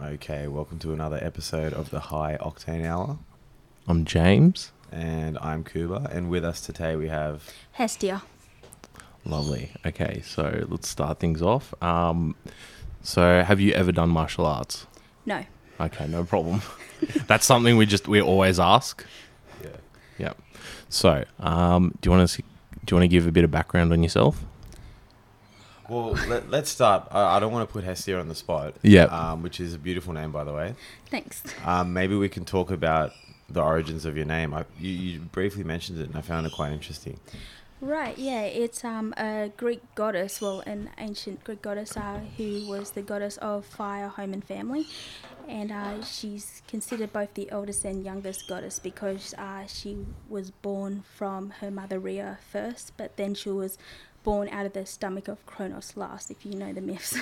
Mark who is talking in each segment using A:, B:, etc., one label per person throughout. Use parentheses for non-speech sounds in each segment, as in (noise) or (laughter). A: Okay, welcome to another episode of the High Octane Hour,
B: I'm James.
A: and I'm Kuba, and with us today we have
C: Hestia.
B: Lovely. Okay, so let's start things off. Um, so have you ever done martial arts?
C: No.
B: Okay, no problem. (laughs) That's something we just we always ask.
A: yeah.
B: Yep. So, um, do you want to do you want to give a bit of background on yourself?
A: Well, (laughs) let, let's start. I, I don't want to put Hestia on the spot.
B: Yeah.
A: Um, which is a beautiful name, by the way.
C: Thanks.
A: Um, maybe we can talk about the origins of your name. I, you, you briefly mentioned it, and I found it quite interesting.
C: Right, yeah, it's um a Greek goddess, well, an ancient Greek goddess uh, who was the goddess of fire, home, and family, and uh, she's considered both the eldest and youngest goddess because uh, she was born from her mother Rhea first, but then she was born out of the stomach of Kronos last, if you know the myths.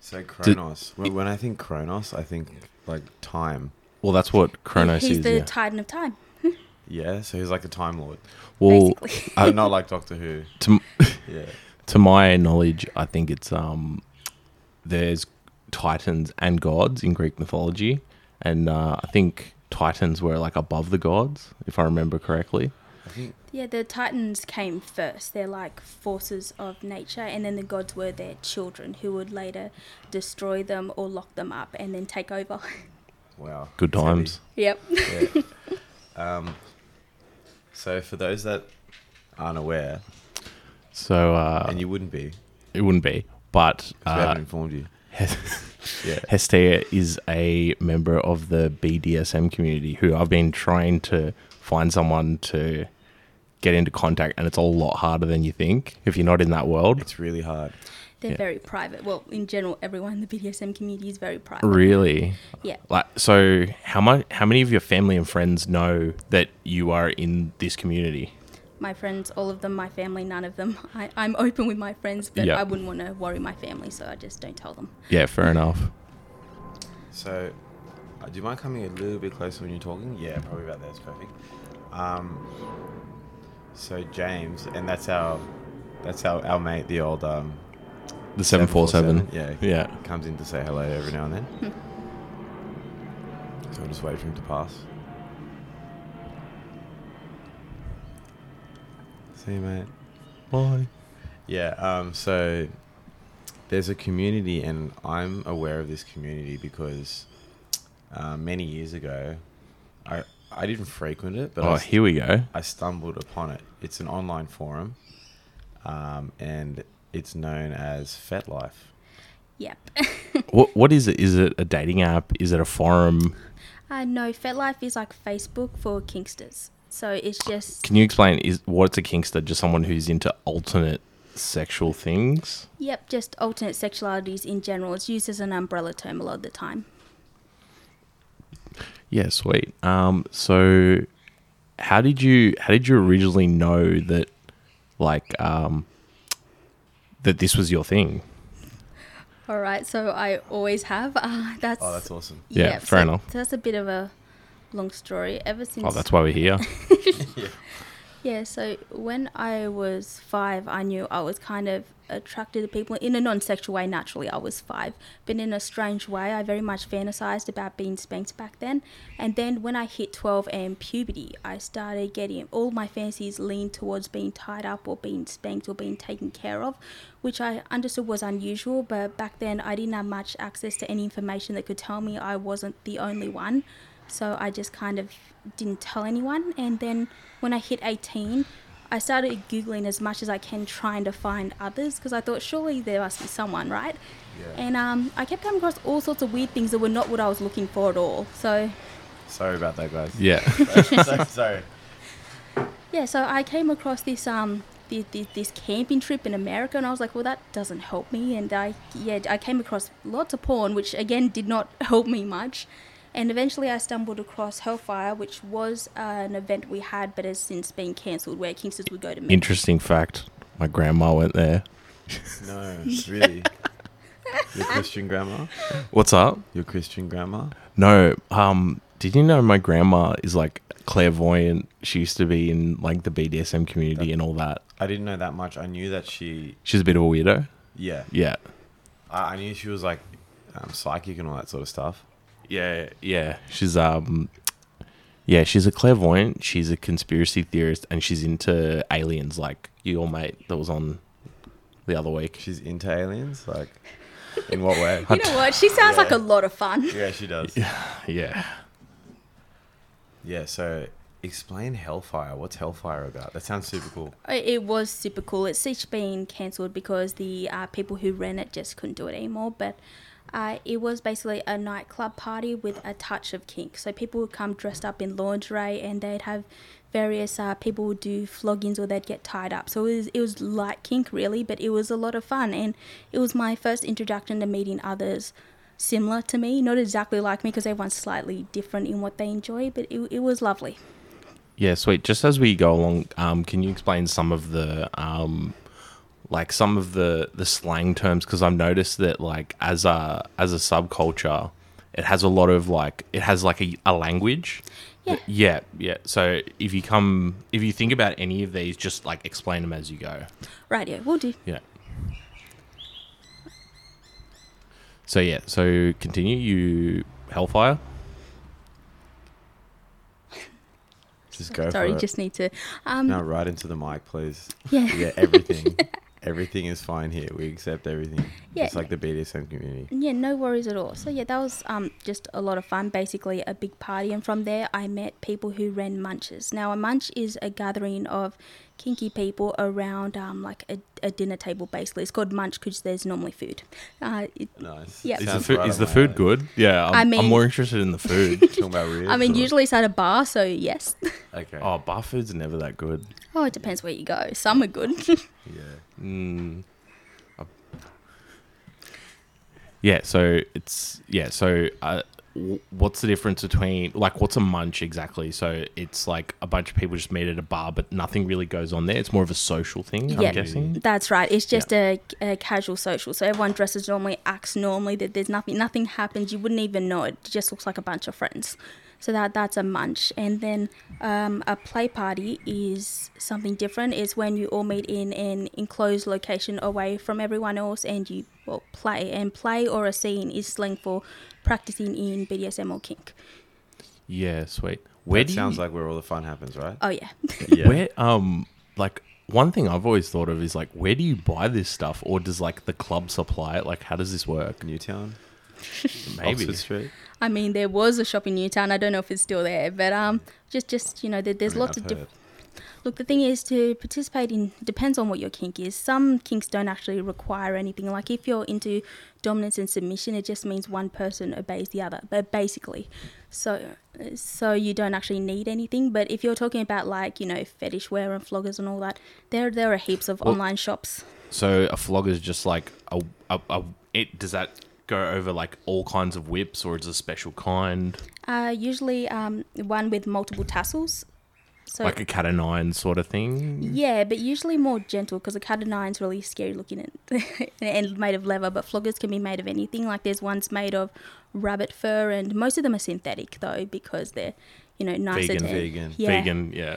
A: So Kronos. when, when I think Kronos, I think like time.
B: Well, that's what Kronos
C: (laughs) He's
B: is.
C: the
B: yeah.
C: Titan of Time,
A: Yeah. So he's like a time lord,
B: well,
C: basically.
B: Uh,
A: not like Doctor Who.
B: (laughs) to
A: Yeah.
B: to my knowledge, I think it's um, there's titans and gods in Greek mythology, and uh, I think titans were like above the gods, if I remember correctly.
A: I think
C: Yeah, the Titans came first. They're like forces of nature, and then the gods were their children who would later destroy them or lock them up and then take over. (laughs)
A: wow.
B: Good
A: it's heavy.
B: times.
C: yep. (laughs)
A: Yeah. (laughs) um, so for those that aren't aware,
B: So uh,
A: and you wouldn't be, 'cause
B: it wouldn't be, but
A: we
B: uh,
A: haven't
B: (laughs)
A: informed you. Yeah.
B: Hestia is a member of the BDSM community who I've been trying to find someone to get into contact, and it's a lot harder than you think if you're not in that world.
A: It's really hard.
C: They're
B: Yeah.
C: very private. Well, in general, everyone in the BDSM community is very private.
B: Really,
C: Yeah.
B: like so how much how many of your family and friends know that you are in this community
C: My friends, all of them, my family, none of them. (laughs) I, I'm open with my friends, but
B: Yeah.
C: I wouldn't want to worry my family, so I just don't tell them.
B: yeah fair enough
A: So, uh, do you mind coming a little bit closer when you're talking? Yeah, probably about that's perfect. Um, so James, and that's our, that's our, our mate, the old um,
B: the
A: 747,
B: 747
A: Yeah,
B: yeah
A: comes in to say hello every now and then. so we'll just wait for him to pass. See you, mate.
B: why
A: Yeah, um, so there's a community, and I'm aware of this community because uh, many years ago, I I didn't frequent it, but I
B: oh
A: s-
B: here we go (laughs)
A: I stumbled upon it. It's an online forum, um, and it's known as FetLife.
C: Yep. (laughs)
B: what what is it is it a dating app is it a forum
C: uh, no, FetLife is like Facebook for kinksters. So it's just
B: can you explain is what's a kinkster just someone who's into alternate sexual things
C: Yep, just alternate sexualities in general. It's used as an umbrella term a lot of the time.
B: yeah sweet um so how did you how did you originally know that like um that this was your thing
C: All right, so I always have. (laughs) Uh, that's
A: Oh, that's awesome.
B: Yeah,
C: yep,
B: fair
C: so-
B: enough.
C: So that's a bit of a long story. Ever since
B: oh that's why we're here
C: Yeah, so when I was five, I knew I was kind of attracted to people in a non sexual way. Naturally, I was five, but in a strange way, I very much fantasized about being spanked back then. And then when I hit 12 and puberty, I started getting all my fantasies leaned towards being tied up or being spanked or being taken care of, which I understood was unusual. But back then, I didn't have much access to any information that could tell me I wasn't the only one. So I just kind of didn't tell anyone. And then when I hit 18, I started Googling as much as I can, trying to find others because I thought surely there must be someone, right?
A: Yeah.
C: And um, I kept coming across all sorts of weird things that were not what I was looking for at all. So
A: Sorry about that, guys.
B: yeah
C: (laughs)
A: so, (laughs) sorry.
C: Yeah, so I came across this um this, this camping trip in America, and I was like, well, that doesn't help me. And I yeah, I came across lots of porn, which again did not (laughs) help me much. And eventually, I stumbled across Hellfire, which was uh, an event we had, but has since been cancelled, where Kingsters would go to meet.
B: Interesting fact. My grandma went there.
A: No,
C: (laughs)
A: really. Your Christian grandma?
B: What's up?
A: Your Christian grandma?
B: No, um, did you know my grandma is like clairvoyant? She used to be in like the BDSM community and all that.
A: I didn't know that much. I knew that she,
B: She's a bit of a weirdo.
A: yeah,
B: Yeah.
A: I, I knew she was like um, psychic and all that sort of stuff.
B: Yeah, yeah. She's um yeah, she's a clairvoyant, she's a conspiracy theorist and she's into aliens like your mate that was on the other week.
A: She's into aliens, like in what
B: (laughs)
A: way?
B: I-
C: You know what? She sounds
A: Yeah.
C: like a lot of fun.
A: yeah, she does.
B: (laughs) Yeah.
A: Yeah. So explain Hellfire. What's Hellfire about? That sounds super cool.
C: I- It was super cool. It's since been cancelled because the uh, people who ran it just couldn't do it anymore. But uh, it was basically a nightclub party with a touch of kink. So people would come dressed up in lingerie, and they'd have various uh, people would do floggings or they'd get tied up. So it was it was light kink really, but it was a lot of fun, and it was my first introduction to meeting others similar to me, not exactly like me because everyone's slightly different in what they enjoy. But it it was lovely.
B: Yeah, sweet. Just as we go along, um, can you explain some of the um, like some of the the slang terms? Because I've noticed that like as a as a subculture, it has a lot of like it has like a, a language.
C: Yeah.
B: Yeah, yeah. So if you come, if you think about any of these, just like explain them as you go.
C: Right, yeah, we'll do.
B: Yeah. So yeah, so continue. You hellfire.
A: Just go
C: Sorry,
A: for it.
C: just need to. Um,
A: No, right into the mic, please.
C: (laughs) Yeah.
A: Yeah, everything. Everything is fine here. We accept everything.
C: Yeah.
A: It's like the BDSM community.
C: Yeah, no worries at all. So yeah, that was um just a lot of fun. Basically, a big party, and from there, I met people who ran munches. Now, a munch is a gathering of kinky people around um like a, a dinner table. Basically, it's called munch because there's normally food. Uh, it,
A: Nice.
C: Yeah.
B: Is the
A: Sounds
B: food,
A: right
B: is
A: up
B: the
A: my
B: food
A: alley.
C: (laughs)
B: good? Yeah, I'm,
C: I
B: I'm
C: mean-
B: more interested in the food.
A: Talking about ribs
C: I mean,
A: or-
C: usually it's at a bar, so yes. (laughs)
A: Okay.
B: Oh, bar food's never that good.
C: oh, it depends where you go. Some are good.
A: Yeah.
B: Mm. Yeah, so it's yeah, so uh, w- what's the difference between like what's a munch exactly? So it's like a bunch of people just meet at a bar, but nothing really goes on there. It's more of a social thing,
C: Yeah.
B: I'm guessing.
C: That's right. It's just a, a casual social. So everyone dresses normally, acts normally. That there's nothing, nothing happens. You wouldn't even know it. It just looks like a bunch of friends. So that that's a munch. And then um, a play party is something different. It's when you all meet in an enclosed location away from everyone else, and you well play. And play or a scene is slang for practicing in BDSM or kink.
B: Yeah, sweet. Where
A: that
B: do
A: sounds
B: you,
A: like where all the fun happens, right?
C: Oh yeah. (laughs)
A: yeah.
B: where um like one thing I've always thought of is like where do you buy this stuff, or does like the club supply it? Like how does this work?
A: Newtown,
B: Maybe.
A: Oxford Street.
C: I mean, there was a shop in Newtown. I don't know if it's still there, but um, just just you know, there, there's
A: I mean,
C: lots
A: I've
C: of. Diff-
A: heard.
C: Look, the thing is to participate in depends on what your kink is. Some kinks don't actually require anything. Like if you're into dominance and submission, it just means one person obeys the other. But basically, so so you don't actually need anything. But if you're talking about like you know fetish wear and floggers and all that, there there are heaps of online shops.
B: So a flog is just like a, a, a it does that go over like all kinds of whips or is it a special kind
C: Uh, usually um, one with multiple tassels. So
B: like a cat o' nine sort of thing?
C: Yeah, but usually more gentle because a cat o' nine's really scary looking and, (laughs) and made of leather. But floggers can be made of anything. Like there's ones made of rabbit fur, and most of them are synthetic though because they're you know nicer.
B: Vegan.
C: to-
A: Vegan.
C: Yeah.
B: Vegan, yeah.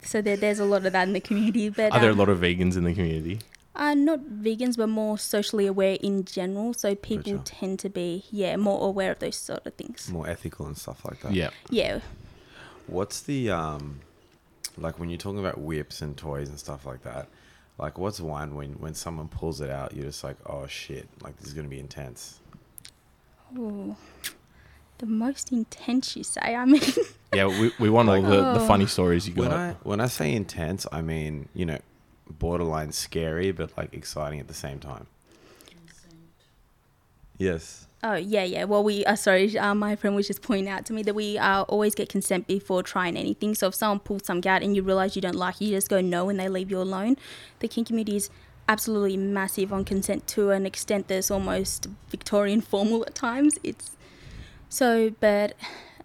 C: So there, there's a lot of that in the community. But
B: Are there a
C: um,
B: lot of vegans in the community?
C: uh, not vegans, but more socially aware in general. So people
A: Gotcha.
C: tend to be yeah more aware of those sort of things.
A: More ethical and stuff like that.
B: Yeah.
C: Yeah.
A: What's the um, like when you're talking about whips and toys and stuff like that? Like, what's one when when someone pulls it out, you're just like, oh shit, like this is gonna be intense.
C: Ooh. The most intense, you say? I mean,
B: Yeah, we, we want all the, the
C: Oh.
B: funny stories you
A: When
B: got.
A: I when I say intense, I mean you know, borderline scary but like exciting at the same time. Yes.
C: Oh yeah, yeah. Well, we uh, sorry. Uh, my friend was just pointing out to me that we uh, always get consent before trying anything. So if someone pulls something out and you realize you don't like it, you just go no, and they leave you alone. The kink community is absolutely massive on consent to an extent that's almost Victorian (laughs) formal at times. It's so, but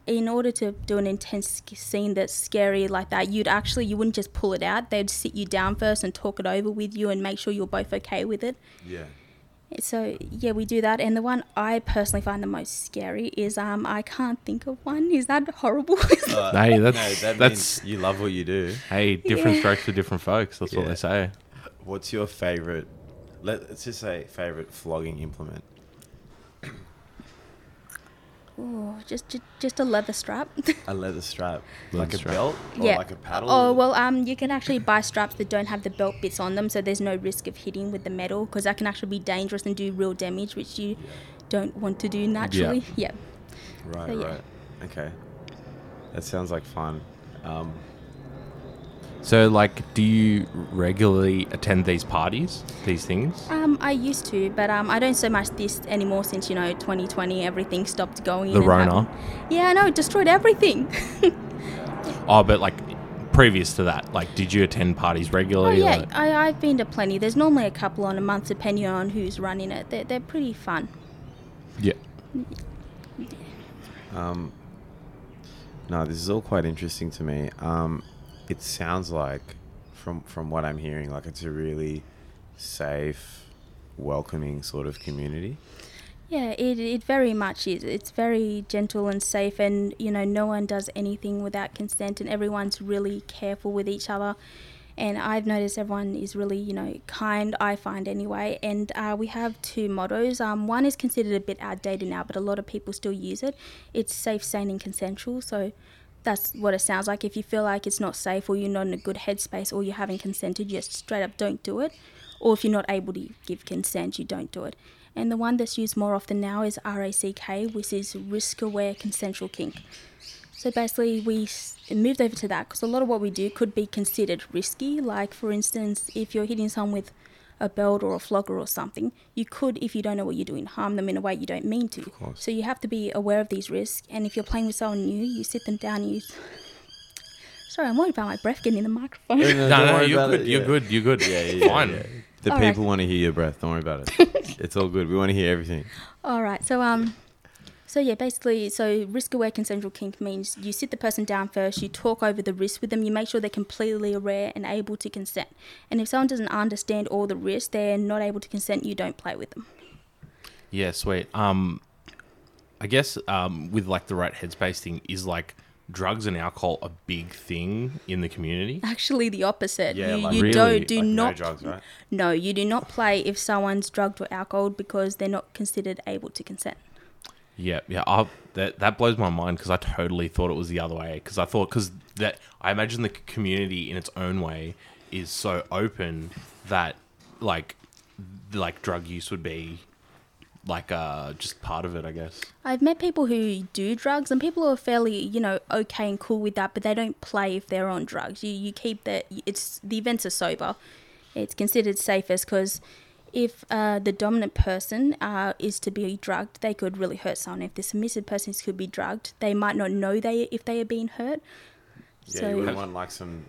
C: in order to do an intense sc- scene that's scary like that, you'd actually you wouldn't just pull it out. They'd sit you down first and talk it over with you and make sure you're both okay with it.
A: Yeah.
C: So yeah, we do that. And the one I personally find the most scary is um I can't think of one. Is that horrible? (laughs)
B: hey, that's
A: that
B: (laughs) that's
A: means you love what you do.
B: hey, different strokes for different folks. That's what
A: Yeah.
B: they say.
A: What's your favorite? Let, us just say favorite flogging implement.
C: Oh, just just, just a leather strap. (laughs)
A: A leather strap,
B: Leather
A: like
B: strap.
A: a belt or
C: yeah.
A: like a paddle.
C: Oh well, um, you can actually buy straps that don't have the belt bits on them, so there's no risk of hitting with the metal because that can actually be dangerous and do real damage, which you don't want to do naturally. Yeah.
A: Right,
C: So, yeah.
A: right. Okay. That sounds like fun. Um,
B: So, like, do you regularly attend these parties, these things?
C: Um, I used to, but um, I don't so much this anymore since you know 2020, everything stopped going.
B: The
C: and
B: Rona.
C: happened. Yeah, I know, it destroyed everything. (laughs)
B: Oh, but like previous to that, like, did you attend parties
C: oh
B: regularly?
C: yeah,
B: Like-
C: I, I've been to plenty. There's normally a couple on a month, depending on who's running it. They're they're pretty fun.
B: yeah.
A: um, no, this is all quite interesting to me. Um, it sounds like, from from what I'm hearing, like it's a really safe, welcoming sort of community.
C: Yeah, it, it very much is. It's very gentle and safe, and you know, no one does anything without consent, and everyone's really careful with each other. And I've noticed everyone is really, you know, kind, I find anyway. And uh, we have two mottos. Um, one is considered a bit outdated now, but a lot of people still use it. It's safe, sane, and consensual. So that's what it sounds like. If you feel like it's not safe, or you're not in a good headspace, or you haven't consented, just straight up don't do it. Or if you're not able to give consent, you don't do it. And the one that's used more often now is RACK, which is risk aware consensual kink. So basically, we s- moved over to that because a lot of what we do could be considered risky. Like, for instance, if you're hitting someone with a belt or a flogger or something, you could, if you don't know what you're doing, harm them in a way you don't mean to.
A: course.
C: So you have to be aware of these risks. And if you're playing with someone new, you sit them down and you. Sorry, I'm worried about my breath getting in the microphone.
B: No, no, you're good, you're good. You're good. Yeah, Fine.
A: The
C: All right.
A: people want to hear your breath. Don't worry about
C: (laughs)
A: it. it's all good. We want to hear everything.
C: All right. So um, so yeah, basically, so risk-aware consensual kink means you sit the person down first, you talk over the risk with them, you make sure they're completely aware and able to consent. And if someone doesn't understand all the risks, they're not able to consent. You don't play with them. (laughs)
B: Yeah, sweet. Um, I guess um, with like the right headspace thing is like drugs and alcohol a big thing in the community.
C: Actually, the opposite.
A: Yeah,
C: you
A: like
C: you
B: really,
C: don't do
A: like no
C: not
A: drugs, right?
C: no, you do not play if someone's drugged or alcohol because they're not considered able to consent.
B: Yeah, yeah. I, that that blows my mind because I totally thought it was the other way. Because I thought because that I imagine the c- community in its own way is so open that like th- like drug use would be like uh just part of it. I guess.
C: I've met people who do drugs, and people are fairly, you know, okay and cool with that, but they don't play if they're on drugs. You you keep that. It's the events are sober. It's considered safest because if uh, the dominant person uh, is to be drugged, they could really hurt someone. If the submissive person is- could be drugged, they might not know they if they are being hurt.
A: Yeah,
C: So-
A: you wouldn't want like some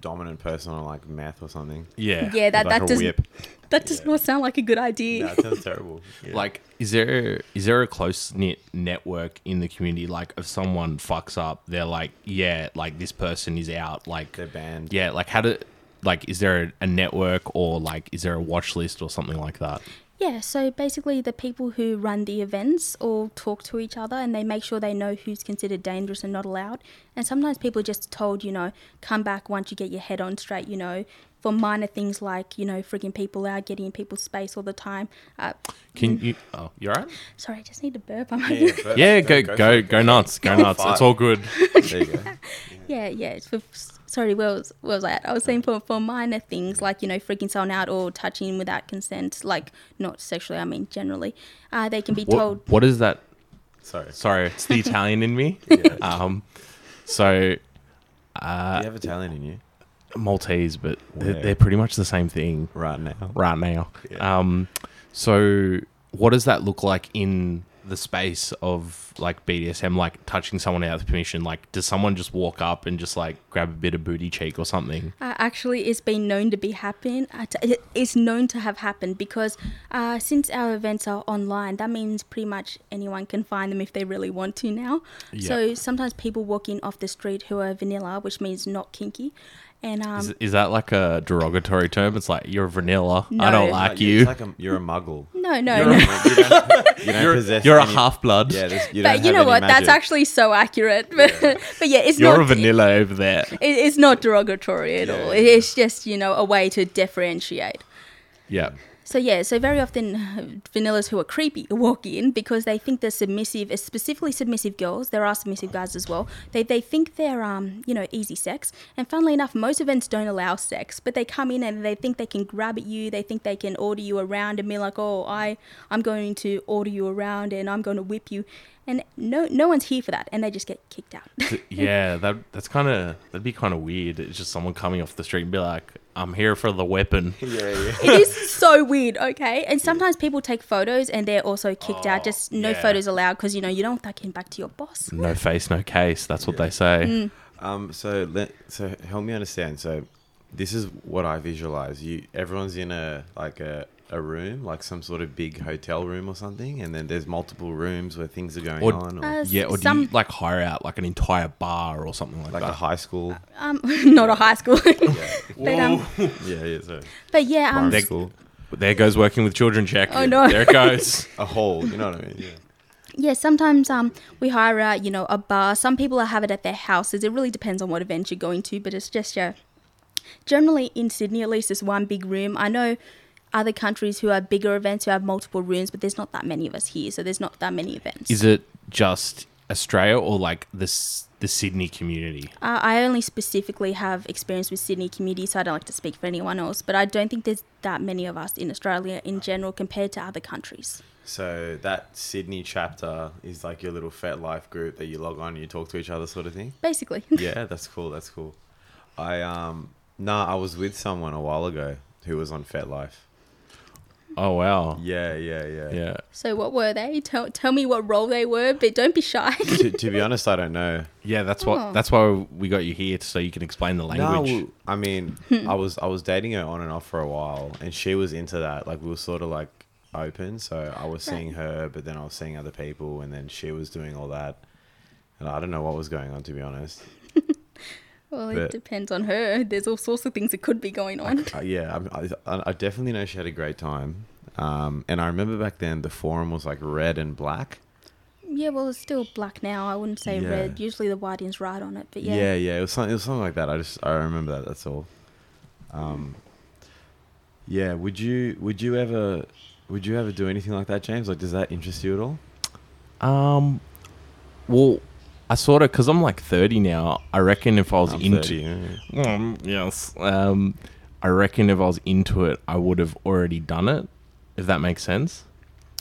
A: dominant person on like meth or (laughs) something.
B: Yeah.
C: Yeah, that
A: like
C: that
A: a
C: does
A: whip.
C: (laughs) that does not sound like a good idea.
A: No,
C: (laughs)
A: it sounds terrible. Yeah.
B: Like, is there is there a close knit network in the community? Like, if someone fucks up, they're like, yeah, like this person is out. Like,
A: they're banned.
B: yeah, like how do like is there a, a network or like is there a watch list or something like that?
C: Yeah, so basically, the people who run the events all talk to each other and they make sure they know who's considered dangerous and not allowed. And sometimes people are just told, you know, come back once you get your head on straight, you know, for minor things like, you know, freaking people out, getting in people's space all the time. Uh,
B: Can you? Oh, you're right.
C: sorry, I just need to burp. I'm
A: (laughs) Yeah, but-
B: Yeah,
A: no,
B: go
A: Uh, for
B: go
A: it,
B: go, nuts, go nuts.
A: for it.
B: It's all good.
A: There you go.
C: (laughs) Yeah, yeah. It's for, sorry, where was, where was I at? I was saying for, for minor things like, you know, freaking someone out or touching without consent, like not sexually, I mean generally, uh, they can be told.
B: What, what is that?
A: Sorry.
B: Sorry, it's the Italian in me.
A: Yeah.
B: (laughs) Um, so
A: you have Italian in you
B: Maltese, but they're,
A: Yeah.
B: they're pretty much the same thing.
A: right now.
B: right now.
A: Yeah.
B: Um, so what does that look like in the space of like BDSM, like touching someone out with permission? Like, does someone just walk up and just like grab a bit of booty cheek or something?
C: Uh, actually, it's been known to be happening. Uh, t- it- it's known to have happened because uh, since our events are online, that means pretty much anyone can find them if they really want to now.
B: Yeah.
C: So sometimes people walk in off the street who are vanilla, which means not kinky, and um,
B: Is, is that like a derogatory term? It's like you're vanilla. I
C: No.
B: don't
C: No,
B: like
A: you're
B: you.
A: just Like a, you're a muggle.
C: no, no,
A: You're, a
C: no.
A: muggle. you don't, you don't possess
B: (laughs) You're a
A: any-
B: half blood.
A: Yeah, there's- you don't
C: (laughs) But you
A: have
C: know
A: any
C: what?
A: magic.
C: That's actually so accurate. (laughs) But yeah, but yeah it's
B: You're
C: not
B: a vanilla over
C: (laughs)
B: there.
C: It, it's not derogatory at
A: Yeah,
C: all.
A: yeah.
C: It's just you know a way to differentiate.
B: Yeah.
C: So yeah, so very often (laughs) vanillas who are creepy (laughs) walk in because they think they're submissive, uh, specifically submissive girls. There are submissive guys as well. They they think they're um you know easy sex, and funnily enough, most events don't allow sex, but they come in and they think they can grab at you. They think they can order you around and be like, oh, I I'm going to order you around and I'm going to whip you, and no no one's here for that, and they just get kicked out. (laughs)
B: Th- yeah, that that's kind of that'd be kind of weird. It's just someone coming off the street and be like, "I'm here for the
A: (laughs)
B: weapon."
A: Yeah, yeah.
C: it is so weird, okay? And sometimes people take photos and they're also kicked out. Just no
B: yeah.
C: photos allowed because you know you don't want that getting back to your boss.
B: No face, no case. That's what they say.
C: Mm.
A: Um, so let so help me understand. So this is what I visualize. You everyone's in a like a a room, like some sort of big hotel room or something, and then there's multiple rooms where things are going
B: Or-
A: on, or
C: Uh,
B: Yeah, or do you
C: Some-
B: like hire out like an entire bar or something like,
A: like a
B: that?
A: high school.
C: Um, (laughs) not a high
B: (laughs)
C: school, but um,
A: (laughs) yeah, yeah. So
C: but yeah, um,
A: primary
B: They-
A: school,
B: there goes working with children check.
C: Oh, no.
B: There it
C: (laughs)
B: goes.
A: a hall. You know what I mean? Yeah.
C: yeah. Sometimes um, we hire out, you know, a bar. Some people have it at their houses. It really depends on what event you're going to, but it's just yeah. Generally in Sydney, at least, it's one big room. I know other countries who have bigger events who have multiple rooms, but there's not that many of us here, so there's not that many events.
B: Is it just Australia or like the S- the Sydney community?
C: Uh, I only specifically have experience with Sydney community, so I don't like to speak for anyone else. But I don't think there's that many of us in Australia in general compared to other countries.
A: So that Sydney chapter is like your little Fet Life group that you log on and you talk to each other, sort of thing.
C: Basically,
A: yeah, that's cool. That's cool. I um nah, I was with someone a while ago who was on FetLife.
B: Oh wow.
A: Yeah, yeah, yeah.
B: Yeah.
C: so what were they? Tell, tell me what role they were, but don't be shy. (laughs)
A: to, to be honest, I don't know.
B: Yeah, that's what
C: Oh.
B: that's why we got you here so you can explain the language.
A: No, I mean, I was I was dating her on and off for a while, and she was into that. Like we were sort of like open, so I was seeing her, but then I was seeing other people, and then she was doing all that, and I don't know what was going on to be honest.
C: well,
A: But-
C: it depends on her. There's all sorts of things that could be going on.
A: Uh, yeah, I'm- I, I, I definitely know she had a great time, um, and I remember back then the forum was like red and black.
C: (laughs) yeah, well, it's still black now. I wouldn't say
A: Yeah.
C: red. Usually the whiting's right on it, but
A: Yeah,
C: yeah.
A: yeah, it was something, it was something like that. I just I remember that. That's all. Um, yeah, would you would you ever would you ever do anything like that, James? Like, does that interest you at all?
B: Um, well, I sort of because I'm like 30 now. I reckon if I was
A: I'm
B: into
A: 30,
B: um, yes, um, I reckon if I was into it, I would have already done it. If that makes sense.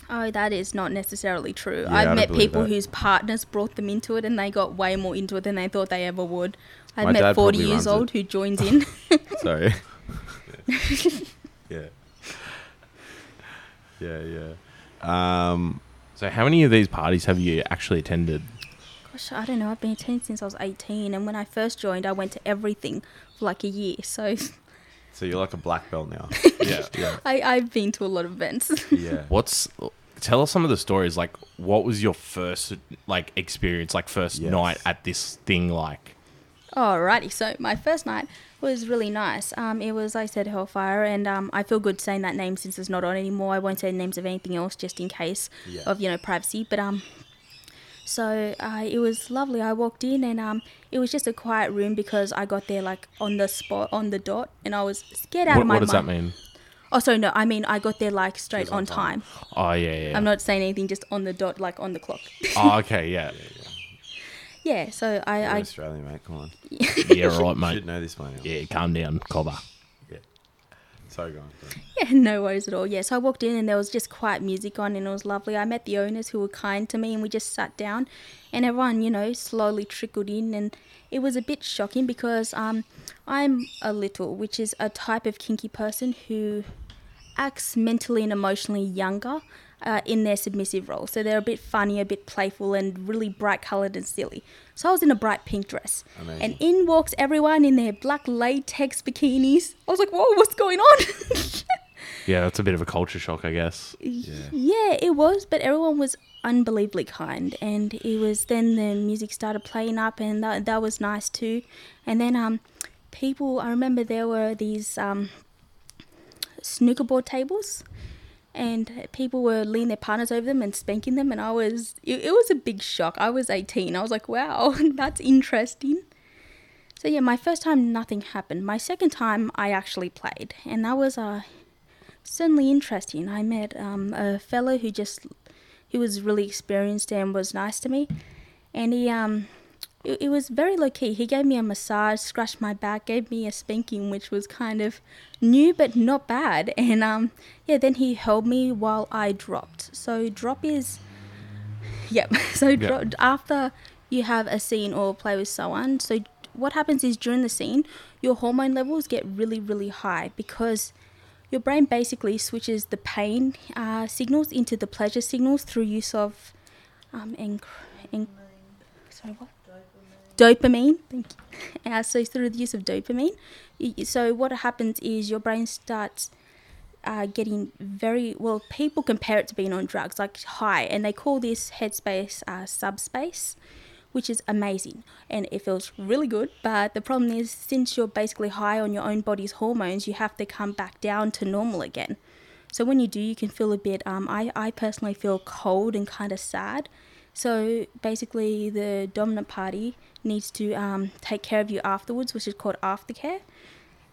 C: Oh, that is not necessarily true.
A: Yeah, I
C: I've
A: don't
C: met
A: believe
C: people
A: that.
C: whose partners brought them into it, and they got way more into it than they thought they ever would. I've
A: My
C: met
A: dad
C: 40
A: probably runs
C: years
A: it.
C: old who joins
A: (laughs)
C: in. (laughs)
A: yeah. Sorry. (laughs) yeah. Yeah, yeah. Um,
B: So, how many of these parties have you actually attended?
C: Gosh, I don't know. I've been attending since I was 18, and when I first joined, I went to everything for like a year. So (laughs)
A: so you're like a black belt now.
B: Yeah.
A: yeah.
C: I, I've been to a lot of events. (laughs)
A: Yeah.
B: What's tell us some of the stories? Like, what was your first like experience? Like, first
A: Yes.
B: night at this thing? Like,
C: Alrighty, so my first night was really nice. Um, it was, I said, Hellfire, and um, I feel good saying that name since it's not on anymore. I won't say names of anything else just in case
A: Yeah.
C: of you know privacy. But um, so uh, it was lovely. I walked in and um, it was just a quiet room because I got there like on the spot, on the dot, and I was scared out
B: what,
C: of my
B: what does
C: mind.
B: that mean?
C: Oh, sorry, no, I mean I got there like straight
A: on
C: on
A: time.
C: time.
B: Oh yeah, yeah.
C: I'm not saying anything, just on the dot, like on the clock. (laughs)
B: oh,
A: (laughs)
B: okay, yeah,
C: yeah, so I,
A: You're
C: I
A: Australian, mate. Come on. You
B: yeah, right, mate.
A: should know this by now.
B: Yeah, calm down, cobber.
A: Yeah. Sorry, go on. go on.
C: yeah, (laughs) no worries at all. Yeah, so I walked in and there was just quiet music on and it was lovely. I met the owners who were kind to me and we just sat down and everyone, you know, slowly trickled in and it was a bit shocking because um, I'm a little, which is a type of kinky person who acts mentally and emotionally younger uh, in their submissive role. So they're a bit funny, a bit playful, and really bright coloured and silly. So I was in a bright pink dress.
A: Amazing.
C: And in walks everyone in their black latex bikinis. I was like, whoa, what's going on? (laughs)
B: Yeah, that's a bit of a culture shock, I guess.
A: Yeah.
C: Yeah, it was, but everyone was unbelievably kind, and it was then the music started playing up, and that, that was nice too. And then um, people, I remember there were these um, snooker board tables, and people were leaning their partners over them and spanking them, and I was, it, it was a big shock. I was 18. I was like, wow, (laughs) that's interesting. So yeah, my first time nothing happened. My second time I actually played, and that was uh, certainly interesting. I met um, a fellow who just he was really experienced and was nice to me, and he um it, it was very low key. He gave me a massage, scratched my back, gave me a spanking, which was kind of new but not bad. (laughs) And um yeah, then he held me while I dropped. So drop is (laughs) yep. (laughs) So dro- after you have a scene or play with someone, so what happens is during the scene, your hormone levels get really really high because your brain basically switches the pain uh, signals into the pleasure signals through use of um, enc- enc- sorry, what? dopamine. Thank you. (laughs) Uh, so through the use of dopamine, y- y- so what happens is your brain starts uh, getting very well. People compare it to being on drugs, like high, and they call this headspace uh, subspace, which is amazing and it feels really good. But the problem is, since you're basically high on your own body's hormones, you have to come back down to normal again. So when you do, you can feel a bit. Um, I, I personally feel cold and kind of sad. So basically, the dominant party needs to um, take care of you afterwards, which is called aftercare.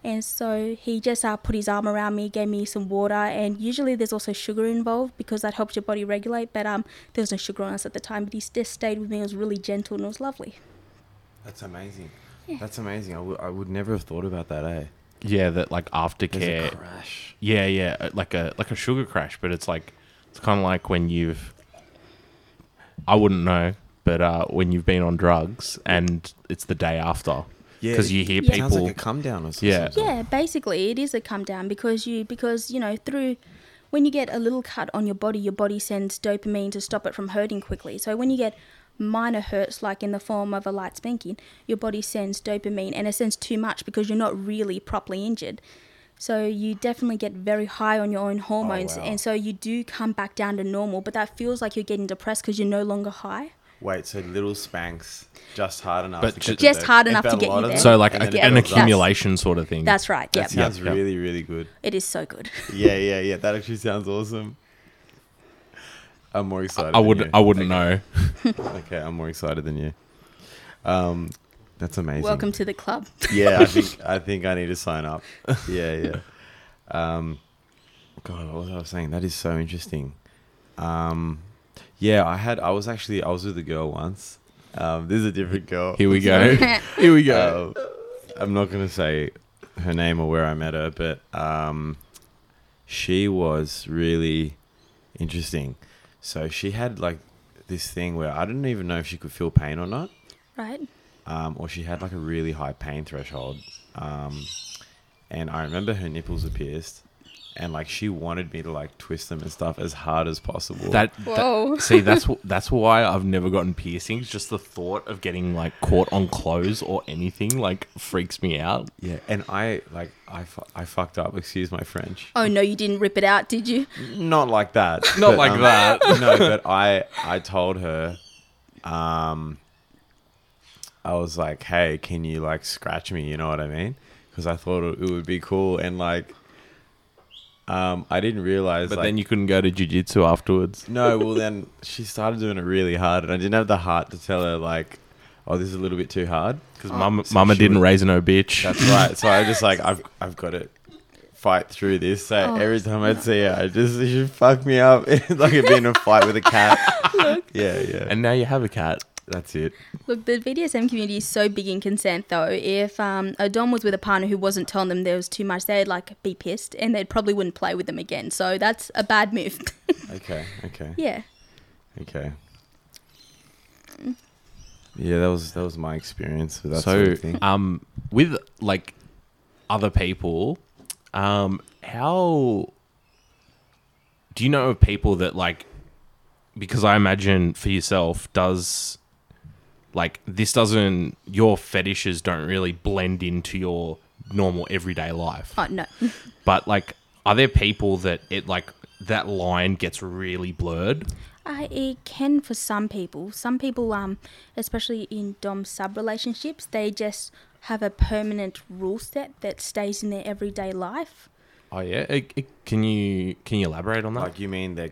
C: And so he just uh, put his arm around me, gave me some water, and usually there's also sugar involved because that helps your body regulate. But um, there was no sugar on us at the time. But he just stayed with me. It was really gentle and it was lovely.
A: That's amazing. That's amazing. I, w- I would never have thought about that, eh?
B: Yeah, that like
A: There's a
B: aftercare.
A: crash.
B: Yeah, yeah, uh, like a like a sugar crash, but it's like it's kind of like when you've I wouldn't know, but uh, when you've been on drugs and it's the day after,
A: Yeah,
B: because
A: it-
B: you hear
C: Yeah.
A: Sounds
B: people.
A: like a come down or something.
B: Yeah.
C: Yeah, basically it is a come down because you because you know through when you get a little cut on your body, your body sends dopamine to stop it from hurting quickly. So when you get minor hurts like in the form of a light spanking, your body sends dopamine and it sends too much because you're not really properly injured. So you definitely get very high on your own hormones
A: Oh, wow.
C: and so you do come back down to normal, but that feels like you're getting depressed because you're no longer high.
A: Wait, so little spanks just hard enough
B: But
A: to
B: ju-
A: get the
C: Just hard
A: dope.
C: enough to
A: About a
C: get
A: lot
C: you
A: of
C: there.
A: them,
B: So like
A: and
B: a,
A: then it
B: an
A: builds up.
B: accumulation sort of thing.
C: That's right.
A: That
C: Yep.
B: Yeah,
A: sounds
B: yeah.
A: really, really good.
C: It is so good. (laughs)
A: Yeah, yeah, yeah. That actually sounds awesome. I'm more excited.
B: I
A: than
B: would
A: you.
B: I wouldn't know.
A: Okay, I'm more excited than you. Um, that's amazing.
C: Welcome to the club. (laughs)
A: Yeah, I think I think I need to sign up. Yeah, yeah. Um, God, what was I saying? That is so interesting. Um, yeah, I had. I was actually. I was with a girl once. Um, this is a different girl. (laughs)
B: Here we
C: (laughs)
B: go. Here we go.
A: Um, I'm not gonna say her name or where I met her, but um, she was really interesting. So she had like this thing where I didn't even know if she could feel pain or not
C: right?
A: um, or she had like a really high pain threshold. Um, and I remember her nipples were pierced, and like she wanted me to like twist them and stuff as hard as possible.
B: That,
C: Whoa.
B: that see that's wh- that's why I've never gotten piercings. Just the thought of getting like caught on clothes or anything like freaks me out.
A: yeah, and I like I, fu- I fucked up. Excuse my French.
C: Oh no, you didn't rip it out, did you?
A: Not like that.
B: (laughs) Not
A: but,
B: like
A: um,
B: that.
A: (laughs) no, but I I told her, um, I was like, hey, can you like scratch me? You know what I mean? Because I thought it it would be cool, and like, um, I didn't realize.
B: But
A: like,
B: then you (laughs) couldn't go to jujitsu afterwards.
A: No, well then she started doing it really hard, and I didn't have the heart to tell her like, "Oh, this is a little bit too hard."
B: Because mama,
A: so
B: mama
A: she
B: didn't
A: would-
B: raise no bitch.
A: That's right. So I just like I've I've got to fight through this. So
C: Oh,
A: every time I'd see her, I just she fuck me up. (laughs) It's like I'd be in a fight with a
C: (laughs)
A: cat. yeah, yeah.
B: and now you have a cat.
A: that's it.
C: Look, the BDSM community is so big in consent, though. If um, a dom was with a partner who wasn't telling them there was too much, they'd like be pissed, and they probably wouldn't play with them again. So that's a bad move. (laughs)
A: Okay, okay,
C: yeah.
A: okay. Yeah, that was that was my experience with that
B: so,
A: sort of thing.
B: um, with like other people, um, how do you know of people that like? Because I imagine for yourself, does like this doesn't your fetishes don't really blend into your normal everyday life.
C: Oh no.
B: But like, are there people that it like that line gets really blurred?
C: Uh, it can for some people. Some people, um, especially in dom sub relationships, they just have a permanent rule set that stays in their everyday life.
B: Oh yeah, It- it- can you can you elaborate on that?
A: Like you mean that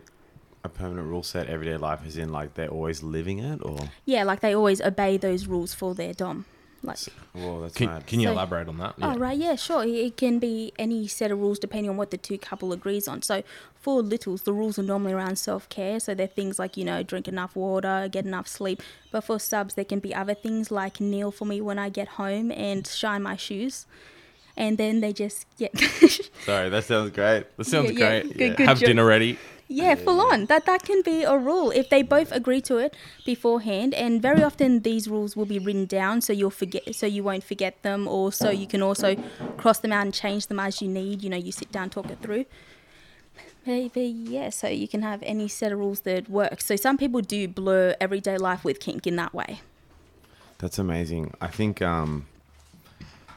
A: a permanent rule set everyday life is in like they're always living it, or
C: Yeah, like they always obey those rules for their dom. Like,
A: Well, that's
B: Can,
A: mad.
B: can you
C: So-
B: elaborate on that?
C: Oh, right, yeah, sure. It- It can be any set of rules depending on what the two couple agrees on. So for littles, the rules are normally around self care. So they're things like, you know, drink enough water, get enough sleep. But for subs, there can be other things like kneel for me when I get home and shine my shoes. And then they just, yeah. (laughs)
A: Sorry, that sounds great.
B: That sounds
C: yeah, yeah.
B: great.
C: Good- good
B: Have
C: job.
B: dinner ready.
C: Yeah, full on. That that can be a rule if they both agree to it beforehand. And very often these rules will be written down, so you'll forget, so you won't forget them, or so you can also cross them out and change them as you need. You know, you sit down, talk it through. Maybe yeah, so you can have any set of rules that work. So some people do blur everyday life with kink in that way.
A: That's amazing. I think um,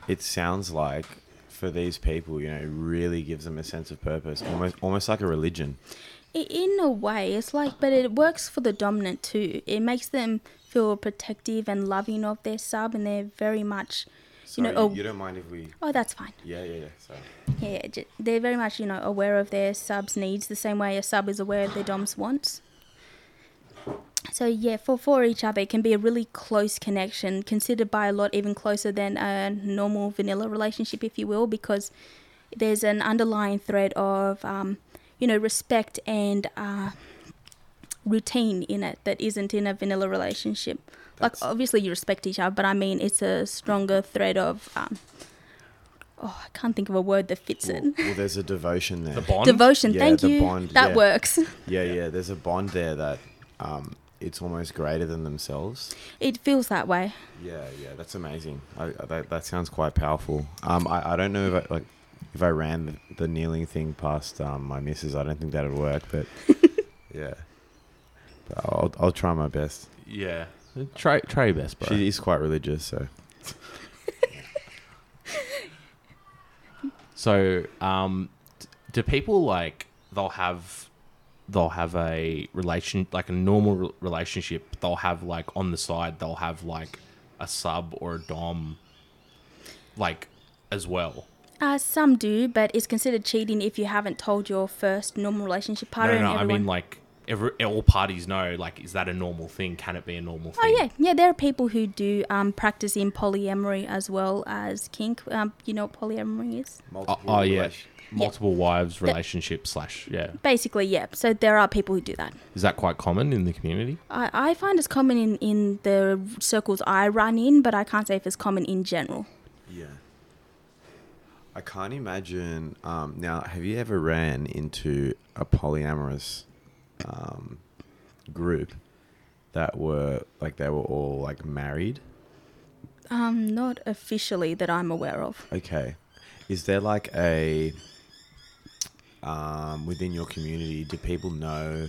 A: it sounds like for these people, you know, it really gives them a sense of purpose, almost almost like a religion.
C: I- In a way, it's like, but it works for the dominant too. It makes them feel protective and loving of their sub, and they're very much,
A: So
C: you know, a-
A: you don't mind if we?
C: oh, that's fine.
A: Yeah, yeah, yeah. Sorry.
C: Yeah, j- they're very much, you know, aware of their sub's needs the same way a sub is aware of their dom's wants. So yeah, for for each other, it can be a really close connection, considered by a lot even closer than a normal vanilla relationship, if you will, because there's an underlying thread of, um, you know, respect and uh, routine in it that isn't in a vanilla relationship.
A: That's-
C: Like obviously you respect each other, but I mean it's a stronger thread of. Um, oh, I can't think of a word that fits
A: Well,
C: it.
A: well, there's a devotion there.
B: The bond.
C: Devotion.
A: Yeah,
C: thank
A: the
C: you.
A: bond,
C: that
A: yeah.
C: works. (laughs)
A: Yeah, yeah. There's a bond there that um, it's almost greater than themselves.
C: It feels that way.
A: Yeah, yeah, that's amazing. I, I, that, that sounds quite powerful. Um, I, I don't know if I, like if I ran the, the kneeling thing past um, my missus, I don't think that'd work. But yeah, but I'll I'll try my best.
B: Yeah. Try try your best, bro.
A: She is quite religious, so
B: So, um, d- do people like they'll have they'll have a relation like a normal re- relationship? They'll have like on the side they'll have like a sub or a dom, like as well.
C: Uh, some do, but it's considered cheating if you haven't told your first normal relationship
B: No, no,
C: partner.
B: no
C: and
B: I
C: everyone.
B: mean like every all parties know. Like, is that a normal thing? Can it be a normal thing?
C: Oh yeah, yeah. There are people who do um, practice in polyamory as well as kink. Um, you know what polyamory is?
B: Oh, oh, yeah. Multiple wives relationship slash yeah.
C: Basically, yeah. So there are people who do that.
B: Is that quite common in the community?
C: I, I find it's common in, in the circles I run in, but I can't say if it's common in general.
A: Yeah. I can't imagine. Um, now, have you ever ran into a polyamorous um, group that were like they were all like married?
C: Um, not officially that I'm aware of.
A: Okay. Is there like a um, within your community? Do people know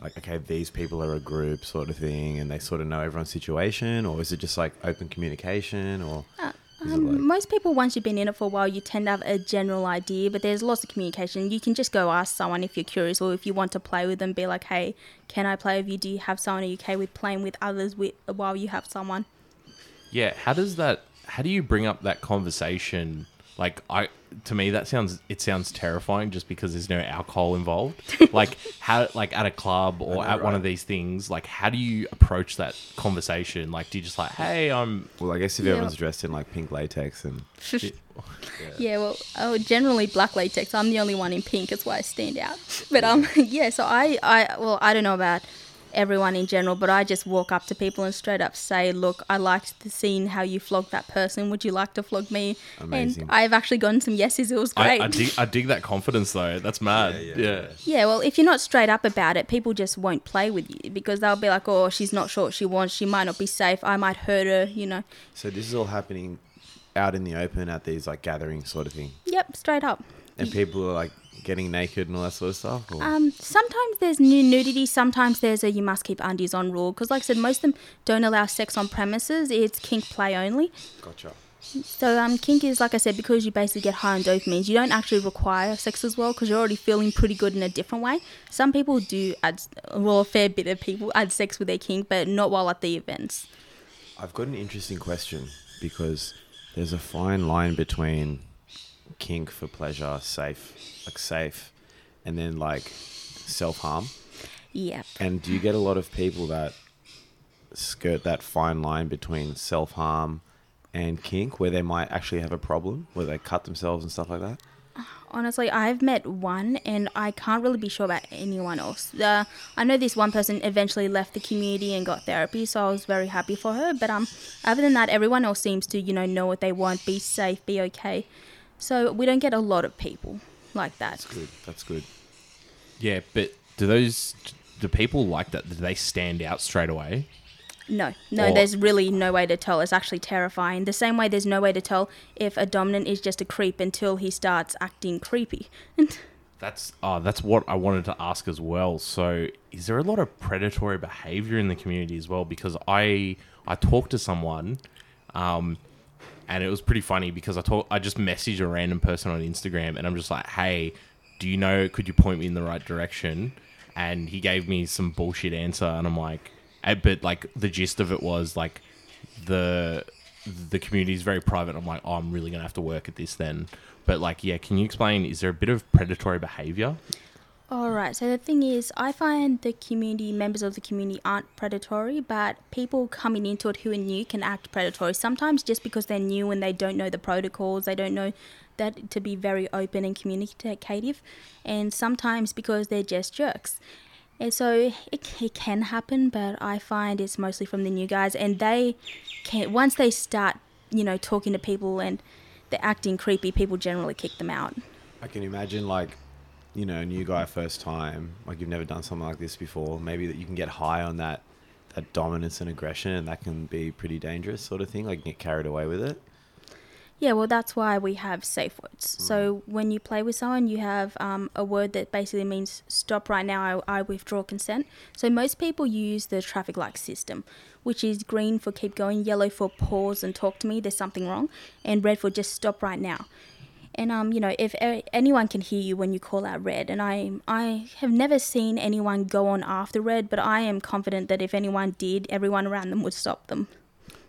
A: like okay, these people are a group sort of thing, and they sort of know everyone's situation, or is it just like open communication, or is it
C: Um,
A: like
C: most people, once you've been in it for a while, you tend to have a general idea, but there's lots of communication. You can just go ask someone if you're curious or if you want to play with them, be like, hey, can I play with you? Do you have someone? Are you okay with playing with others with, while you have someone?
B: Yeah, how does that how do you bring up that conversation? Like I to me that sounds it sounds terrifying just because there's no alcohol involved.
A: (laughs)
B: like how like at a club or
A: know,
B: at one of
A: right?
B: these things, like how do you approach that conversation? Like do you just like, "Hey, I'm
A: well, I guess if
C: Yeah.
A: everyone's dressed in like pink latex and
C: yeah. (laughs) well, oh, generally black latex. I'm the only one in pink. That's why I stand
B: (laughs)
C: out. But um, (laughs) yeah. So I, I, well, I don't know about everyone in general, but I just walk up to people and straight up say, "Look, I liked the scene how you flogged that person. Would you like to flog me?"
A: Amazing.
C: And I've actually gotten some yeses. It was
B: I,
C: great.
B: I dig I dig that confidence though. That's mad.
A: yeah,
B: Yeah.
A: yeah.
C: (laughs) Yeah, well, if you're not straight up about it, people just won't play with you because they'll be like, "Oh, she's not sure what she wants. She might not be safe. I might hurt her." You know.
A: So this is all happening out in the open at these like gatherings sort of thing,
C: Yep, straight up.
A: and people are like getting naked and all that sort of stuff. Or?
C: Um, sometimes there's new nudity. Sometimes there's a you must keep undies on rule because, like I said, most of them don't allow sex on premises. It's kink play only.
A: gotcha.
C: So um, kink is like I said because you basically get high on dopamines. You don't actually require sex as well because you're already feeling pretty good in a different way. Some people do add, well, a fair bit of people add sex with their kink, but not while at the events.
A: I've got an interesting question because there's a fine line between kink for pleasure, safe, like safe, and then like self harm.
C: Yep.
A: And do you get a lot of people that skirt that fine line between self harm and kink where they might actually have a problem where they cut themselves and stuff like that?
C: Honestly, I've met one, and I can't really be sure about anyone else. Uh, I know this one person eventually left the community and got therapy, so I was very happy for her. But um, other than that, everyone else seems to you know know what they want, be safe, be okay. So we don't get a lot of people like that.
A: That's good. That's good.
B: Yeah, but do those do people like that? Do they stand out straight away?
C: No, no,
B: Or-
C: there's really no way to tell. It's actually terrifying. The same way there's no way to tell if a dominant is just a creep until he starts acting creepy.
B: That's oh, that's what I wanted to ask as well. So, is there a lot of predatory behavior in the community as well? Because I I talked to someone, um, and it was pretty funny because I talk I just messaged a random person on Instagram, and I'm just like, hey, do you know? Could you point me in the right direction? And he gave me some bullshit answer, and I'm like, eh, but like the gist of it was like the the community is very private. I'm like, oh, I'm really gonna have to work at this then. But like, yeah, can you explain? Is there a bit of predatory behavior?
C: All right. So the thing is, I find the community members of the community aren't predatory, but people coming into it who are new can act predatory. Sometimes just because they're new and they don't know the protocols, they don't know that to be very open and communicative, and sometimes because they're just jerks. And so it, it can happen, but I find it's mostly from the new guys, and they can once they start, you know, talking to people and they're acting creepy, people generally kick them out.
A: I can imagine like, you know, new guy first time, like you've never done something like this before. Maybe that you can get high on that that dominance and aggression and that can be pretty dangerous sort of thing. Like get carried away with it.
C: Yeah, well, that's why we have safe words. So when you play with someone, you have um, a word that basically means stop right now, I, I withdraw consent. So most people use the traffic light system, which is green for keep going, yellow for pause and talk to me, there's something wrong, and red for just stop right now. And um, you know, if a- anyone can hear you when you call out red, and I I have never seen anyone go on after red, but I am confident that if anyone did, everyone around them would stop them.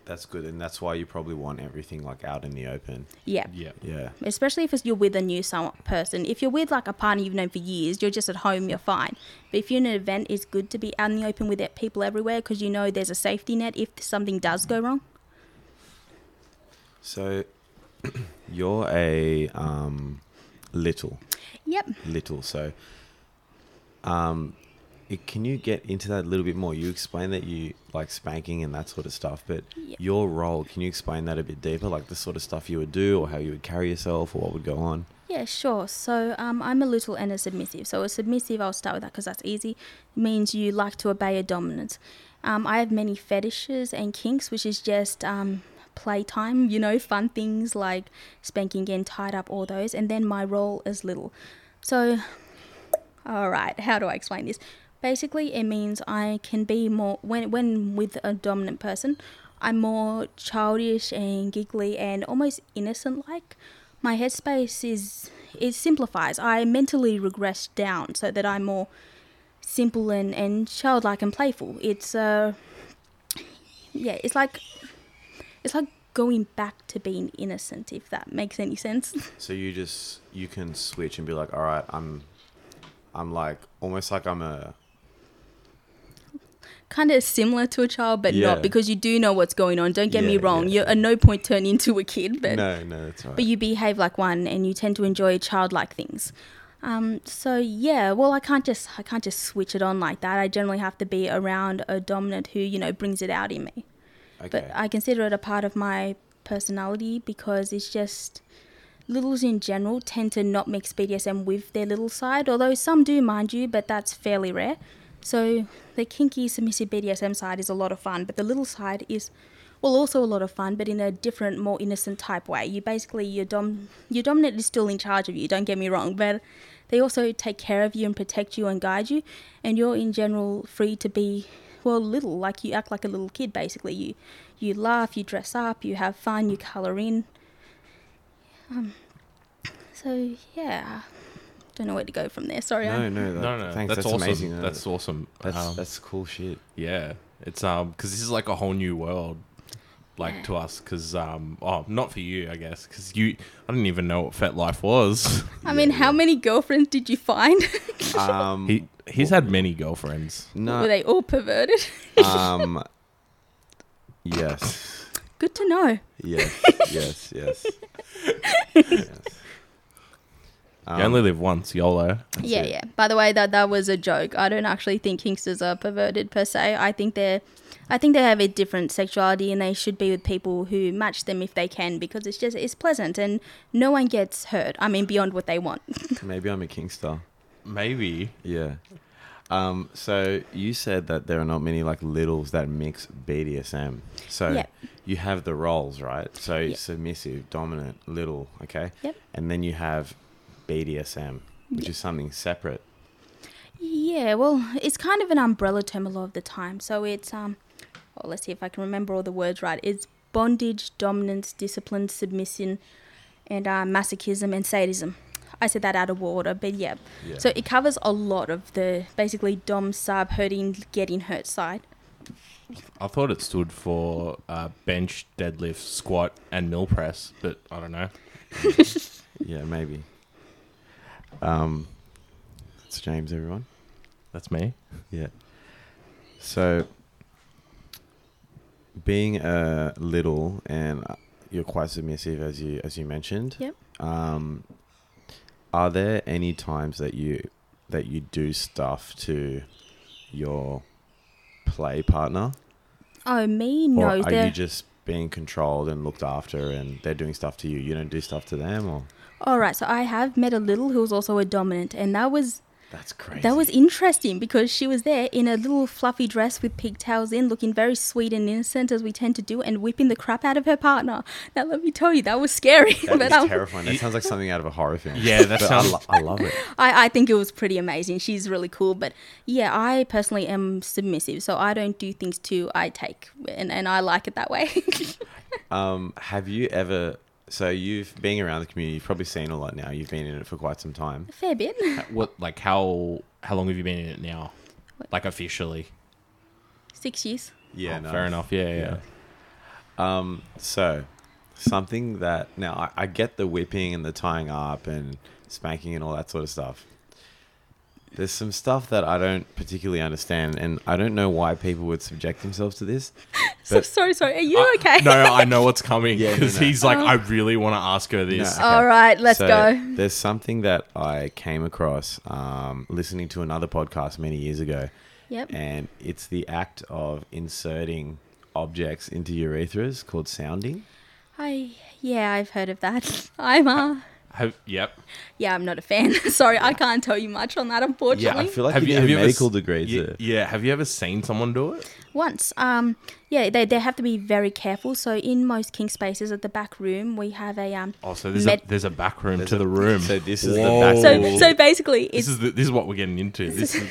A: That's good and that's why you probably want everything like out in the open.
C: Yeah.
B: Yeah.
A: Yeah.
C: especially if it's, you're with a new some- person. If you're with like a partner you've known for years, you're just at home, you're fine. But if you're in an event, it's good to be out in the open with it- people everywhere because you know there's a safety net if something does go wrong.
A: So (clears throat) you're a um little.
C: Yep.
A: little. So, um, it, can you get into that a little bit more? You explained that you like spanking and that sort of stuff, but
C: Yeah.
A: your role, can you explain that a bit deeper? Like the sort of stuff you would do, or how you would carry yourself, or what would go on?
C: Yeah, sure. So um, I'm a little and a submissive. So a submissive, I'll start with that because that's easy, means you like to obey a dominant. Um, I have many fetishes and kinks, which is just um, playtime, you know, fun things like spanking, getting tied up, all those. And then my role is little. So, all right, how do I explain this? Basically, it means I can be more, when, when with a dominant person, I'm more childish and giggly and almost innocent like my headspace is it simplifies. I mentally regress down so that I'm more simple and, and childlike and playful. It's uh yeah, it's like it's like going back to being innocent if that makes any sense.
A: So you just you can switch and be like, all right, I'm, I'm like almost like I'm a
C: kind of similar to a child but
A: Yeah.
C: not because you do know what's going on. Don't get me
A: Yeah,
C: wrong.
A: yeah.
C: You're at no point turn into a kid, but
A: no, no, that's all right.
C: but you behave like one and you tend to enjoy childlike things um, so yeah well i can't just i can't just switch it on like that i generally have to be around a dominant who you know brings it out in me
A: okay,
C: but i consider it a part of my personality because it's just littles in general tend to not mix bdsm with their little side although some do mind you but that's fairly rare so the kinky submissive bdsm side is a lot of fun but the little side is well, also a lot of fun, but in a different, more innocent type way. You basically your dom your dominant is still in charge of you. Don't get me wrong, but they also take care of you and protect you and guide you, and you're in general free to be well little, like you act like a little kid. Basically, you you laugh, you dress up, you have fun, you color in. Um, so yeah, don't know where to go from there. Sorry,
A: no,
C: I'm,
A: no, that,
B: No, no,
A: thanks. That's,
B: awesome.
A: amazing. No,
B: That's awesome.
A: (laughs) that's
B: um,
A: that's cool
C: (laughs)
A: shit.
B: yeah, it's um because this is like a whole new world, like
C: Yeah.
B: to us. Because um oh not for you I guess because you I didn't even know what Fet Life was. (laughs)
C: I mean, how many girlfriends did you find? (laughs)
A: Um,
B: he he's had many girlfriends.
A: no,
C: Were they all perverted?
A: um, yes.
C: (laughs) Good to know.
A: Yes, yes, yes. yes. Um,
B: you only live once, YOLO.
C: yeah,
A: it.
C: yeah. By the way, that that was a joke. I don't actually think Kingsters are perverted per se. I think they're, I think they have a different sexuality and they should be with people who match them if they can because it's just it's pleasant and no one gets hurt. I mean, beyond what they want.
A: Um, maybe I'm a Kingstar.
B: Maybe.
A: Yeah. Um, so you said that there are not many like littles that mix BDSM. So
C: Yep.
A: you have the roles, right? So
C: Yep.
A: submissive, dominant, little, okay?
C: Yep.
A: And then you have BDSM, which is something separate.
C: Yeah, well, it's kind of an umbrella term a lot of the time. So it's um, well, let's see if I can remember all the words right. It's bondage, dominance, discipline, submission, and uh, masochism and sadism. I said that out of order, but yeah.
A: Yeah.
C: So it covers a lot of the basically dom, sub, hurting, getting hurt side.
B: I thought it stood for uh, bench, deadlift, squat, and mill press, but I don't know.
A: yeah, maybe. Um, that's James, everyone.
B: That's me.
A: Yeah. So, being a little and uh, you're quite submissive, as you as you mentioned.
C: Yep.
A: Um, are there any times that you that you do stuff to your play partner,
C: Oh, me?
A: or
C: No.
A: are
C: they're-
A: you just being controlled and looked after, and they're doing stuff to you? You don't do stuff to them, or
C: all right, so I have met a little who was also a dominant, and that was
A: that's crazy.
C: That was interesting because she was there in a little fluffy dress with pigtails in, looking very sweet and innocent as we tend to do, and whipping the crap out of her partner. Now, let me tell you, that was scary. (laughs)
A: That
C: but um,
A: is
C: I-
A: terrifying. That sounds like something out of a horror film.
B: Yeah, that
A: But I
B: sounds-
A: lo- I love it.
C: I, I think it was pretty amazing. She's really cool. But yeah, I personally am submissive, so I don't do things too, I take, and, and I like it that way. (laughs)
A: Um, have you ever? So you've been around the community. You've probably seen a lot now. You've been in it for quite some time. (laughs)
C: Fair bit.
B: What, like, how how long have you been in it now? Like, officially?
C: Six years.
A: Yeah,
B: Oh, fair enough. Yeah, yeah. yeah.
A: Um, so something that now I, I get the whipping and the tying up and spanking and all that sort of stuff. There's some stuff that I don't particularly understand, and I don't know why people would subject themselves to this.
C: So,
A: But-
C: sorry, sorry. Are you Oh, okay? Oh.
B: No, I know what's coming
A: (laughs) Yeah, no,
B: because
A: no.
B: he's like, I really want to ask her this.
A: No.
C: All right, let's
A: So,
C: go.
A: There's something that I came across um, listening to another podcast many years ago.
C: Yep.
A: and it's the act of inserting objects into urethras called sounding.
C: I, yeah, I've heard of that. (laughs) I'm, uh,
B: Have, yep.
C: yeah, I'm not a fan. (laughs) sorry, I can't tell you much on that, unfortunately.
A: I feel like you need a
B: ever
A: medical
B: s-
A: degree
B: ye-
A: to-
B: Yeah, have you ever seen someone do it?
C: Once, um, yeah, they, they have to be very careful. So in most king spaces at the back room, we have a um.
B: Oh, so there's
C: med-
B: a there's a back room
A: There's
B: to
A: a-
B: the room.
A: so this is the
B: Whoa.
A: back So-
C: so so basically
B: this
C: it's
B: is the, this is what we're getting into. This is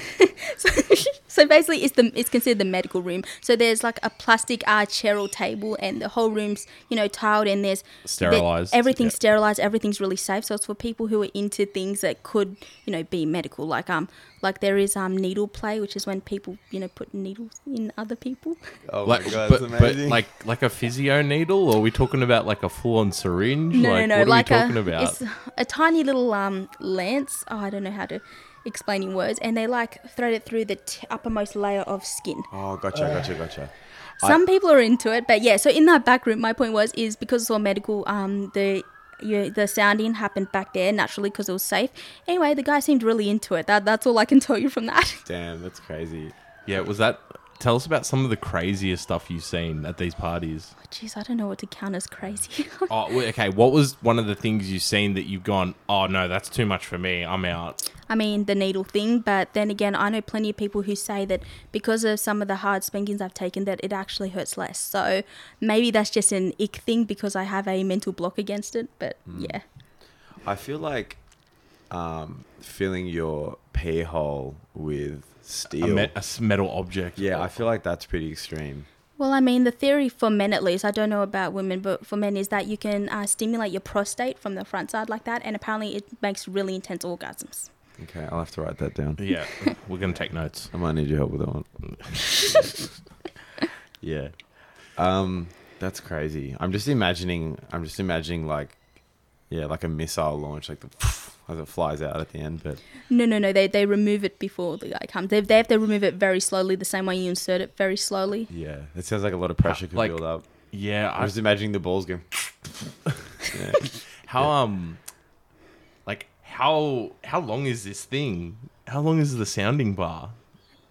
C: so, (laughs) so basically it's the it's considered the medical room. So there's like a plastic uh, chair or table, and the whole room's you know tiled, and there's there-
B: Sterilised,
C: everything's
B: yeah.
C: sterilized. Everything's really safe. So it's for people who are into things that could you know be medical, like um like there is um needle play, which is when people you know put needles in other people.
A: (laughs) Oh
B: like, but, but like like a physio needle, or are we talking about like a full on syringe?
C: No,
B: like,
C: no, no.
B: What
C: like
B: are we talking
C: a,
B: about?
C: It's a tiny little um lance. Oh, I don't know how to explain in words. And they like thread it through the t- uppermost layer of skin.
A: oh, gotcha, gotcha, gotcha.
C: Some people are into it, but yeah. So in that back room, my point was is because it's all medical. Um, the you, the sounding happened back there naturally because it was safe. Anyway, the guy seemed really into it. That that's all I can tell you from that. (laughs)
A: Damn, that's crazy.
B: yeah, was that? Tell us about some of the craziest stuff you've seen at these parties.
C: Oh, Jeez, I don't know what to count as crazy. (laughs)
B: Oh, w- okay. What was one of the things you've seen that you've gone? Oh no, that's too much for me. I'm out.
C: I mean, the needle thing, but then again, I know plenty of people who say that because of some of the hard spankings I've taken, that it actually hurts less. So maybe that's just an ick thing because I have a mental block against it. But yeah,
A: I feel like um, filling your pee hole with
B: A,
A: steel.
B: me- a s- metal object.
A: yeah, I feel like that's pretty extreme.
C: well, I mean, the theory for men at least, I don't know about women, but for men is that you can uh, stimulate your prostate from the front side like that, and apparently it makes really intense orgasms.
A: Okay, I'll have to write that down.
B: Yeah, we're gonna take notes.
A: I might need your help with that
B: (laughs)
A: one. yeah. Um, that's crazy. I'm just imagining I'm just imagining like yeah, like a missile launch, like the (laughs) as it flies out at the end, but
C: No, no, no, they, they remove it before the guy comes. They, they have to remove it very slowly, the same way you insert it very slowly.
A: yeah. It sounds like a lot of pressure could
B: Like-
A: build up.
B: Yeah,
A: I
B: I,
A: was imagining the balls going. (laughs) yeah.
B: how um, like how how long is this thing? How long is the sounding bar?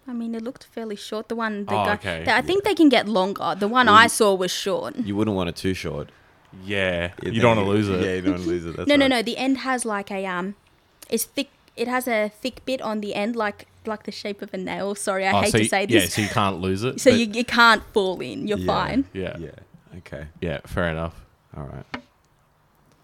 C: I mean, it looked fairly short. The one the
B: Oh,
C: guy,
B: okay.
C: the- I think they can get longer. The one I saw was short.
A: You wouldn't want it too short.
B: Yeah,
A: Yeah,
B: you
A: then
B: don't want to lose it.
A: Yeah, you don't want to
B: (laughs)
A: lose it. That's
C: no, no,
A: right.
C: no. The end has like a um, it's thick. It has a thick bit on the end, like like the shape of a nail. Sorry, I
B: Oh,
C: hate
B: so
C: to
B: you-
C: say
B: yeah,
C: this.
B: so you can't lose it.
C: so
B: but-
C: you, you can't fall in. You're
A: Yeah.
C: fine.
B: yeah, yeah,
A: Yeah. Okay.
B: fair enough.
A: All right.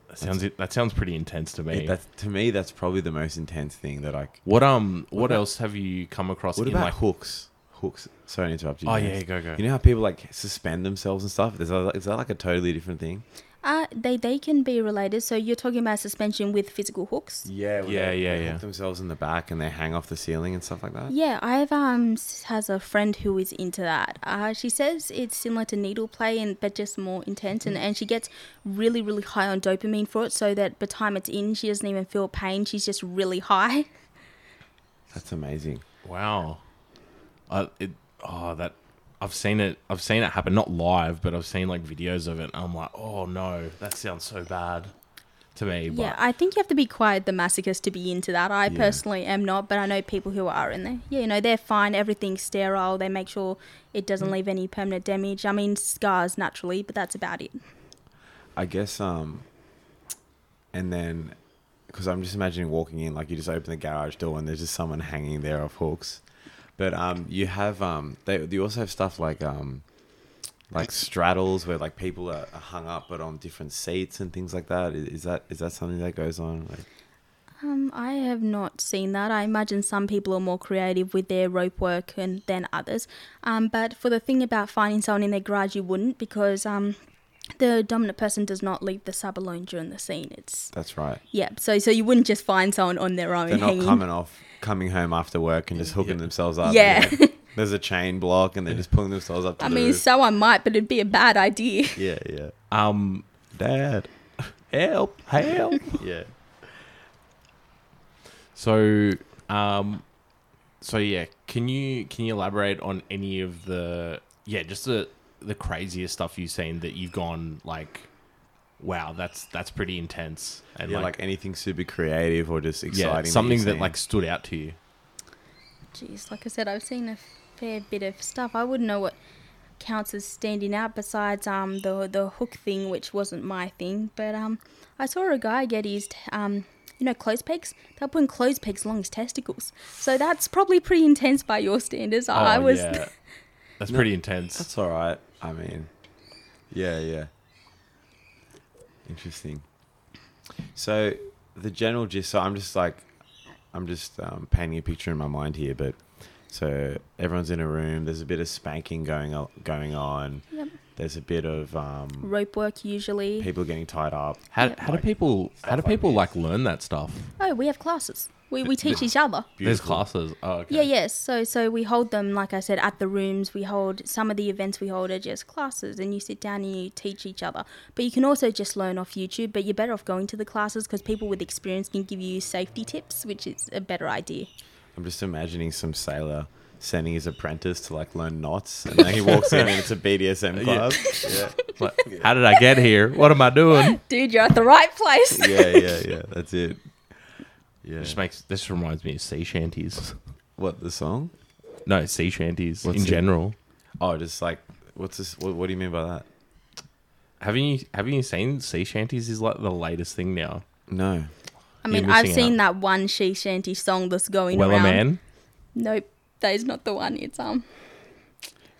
B: That sounds that sounds pretty intense to me.
A: Yeah, that's to me. That's probably the most intense thing that I. c-
B: what um, what,
A: about-
B: else have you come across?
A: What
B: in
A: about
B: like,
A: hooks? Hooks. Sorry to interrupt you.
B: Oh,
A: James.
B: yeah, go, go.
A: You know how people like suspend themselves and stuff? Is that, is that like a totally different thing?
C: Uh, they they can be related. So you're talking about suspension with physical hooks.
A: Yeah.
B: where Yeah, they- yeah, they hook yeah.
A: Themselves in the back and they hang off the ceiling and stuff like that.
C: Yeah, I've um s- has a friend who is into that. Uh, she says it's similar to needle play and but just more intense, and, and she gets really really high on dopamine for it. So that by the time it's in, she doesn't even feel pain. She's just really high.
A: That's amazing.
B: Wow. I it oh that I've seen it I've seen it happen not live but I've seen like videos of it. I'm like, "Oh no, that sounds so bad." To me, but
C: Yeah, I think you have to be quite the masochist to be into that. I
A: Yeah.
C: personally am not, but I know people who are in there. Yeah, you know, they're fine. Everything's sterile. They make sure it doesn't leave any permanent damage. I mean, scars naturally, but that's about it.
A: I guess um and then because I'm just imagining walking in like you just open the garage door and there's just someone hanging there off hooks. But um you have um they you also have stuff like um like straddles where like people are, are hung up but on different seats and things like that. Is, is that is that something that goes on? Like,
C: Um, I have not seen that. I imagine some people are more creative with their rope work and than others. Um, but for the thing about finding someone in their garage, you wouldn't because um, the dominant person does not leave the sub alone during the scene. It's
A: that's right.
C: yeah. So so you wouldn't just find someone on their own
A: They're not
C: hanging.
A: coming off coming home after work and just hooking
B: Yeah.
A: themselves up.
C: Yeah.
A: There's a chain block and they're just pulling themselves up to
C: I
A: the
C: mean,
A: roof.
C: someone might, but it'd be a bad idea.
A: yeah, yeah.
B: um
A: Dad. (laughs)
B: help, help.
A: Yeah.
B: (laughs) so, um so yeah, can you can you elaborate on any of the yeah, just the the craziest stuff you've seen that you've gone like wow, that's that's pretty intense and
A: yeah, like,
B: like,
A: anything super creative or just exciting.
B: yeah,
A: you've
B: something that
A: seen.
B: like stood out to you.
C: Jeez, like I said, I've seen a fair bit of stuff. I wouldn't know what counts as standing out besides um the the hook thing, which wasn't my thing. But um, I saw a guy get his t- um you know clothes pegs. They're putting clothes pegs along his testicles, so that's probably pretty intense by your standards. I
B: Oh,
C: was (laughs)
B: yeah. That's pretty intense.
A: that's all right. I mean, yeah, yeah. Interesting. So the general gist. So I'm just like, I'm just um, painting a picture in my mind here, but. So everyone's in a room. There's a bit of spanking going on. Going on.
C: Yep.
A: There's a bit of um,
C: rope work usually.
A: people getting tied up.
B: How,
C: Yep.
B: how do people how do
A: Stuff like
B: people
A: this.
B: like learn that stuff?
C: Oh, we have classes. We we teach each other.
B: There's
A: Beautiful.
B: classes. Oh, okay.
C: Yeah, yes. So, so we hold them, like I said, at the rooms. We hold some of the events we hold are just classes, and you sit down and you teach each other. But you can also just learn off YouTube. But you're better off going to the classes because people with experience can give you safety tips, which is a
B: (laughs)
C: better idea.
A: I'm just imagining some sailor sending his apprentice to like learn knots, and then he walks in and it's a BDSM
B: (laughs) Yeah.
A: class. Yeah.
B: Like, how did I get here? What am I
C: (laughs)
B: doing?
C: Dude, you're at the right place.
A: yeah, yeah, (laughs) yeah. That's it. Yeah.
B: This makes this reminds me of sea shanties.
A: What the song?
B: No, sea shanties
A: What's
B: in
A: it?
B: general.
A: Oh, just like what's this? What, what do you mean by that?
B: Haven't you haven't you seen sea shanties is like the latest thing now?
A: No.
C: I
B: You're
C: mean, I've
B: missing
C: seen that one she shanty song that's going
B: Well, a
C: around.
B: man.
C: Nope, that is not the one. It's um.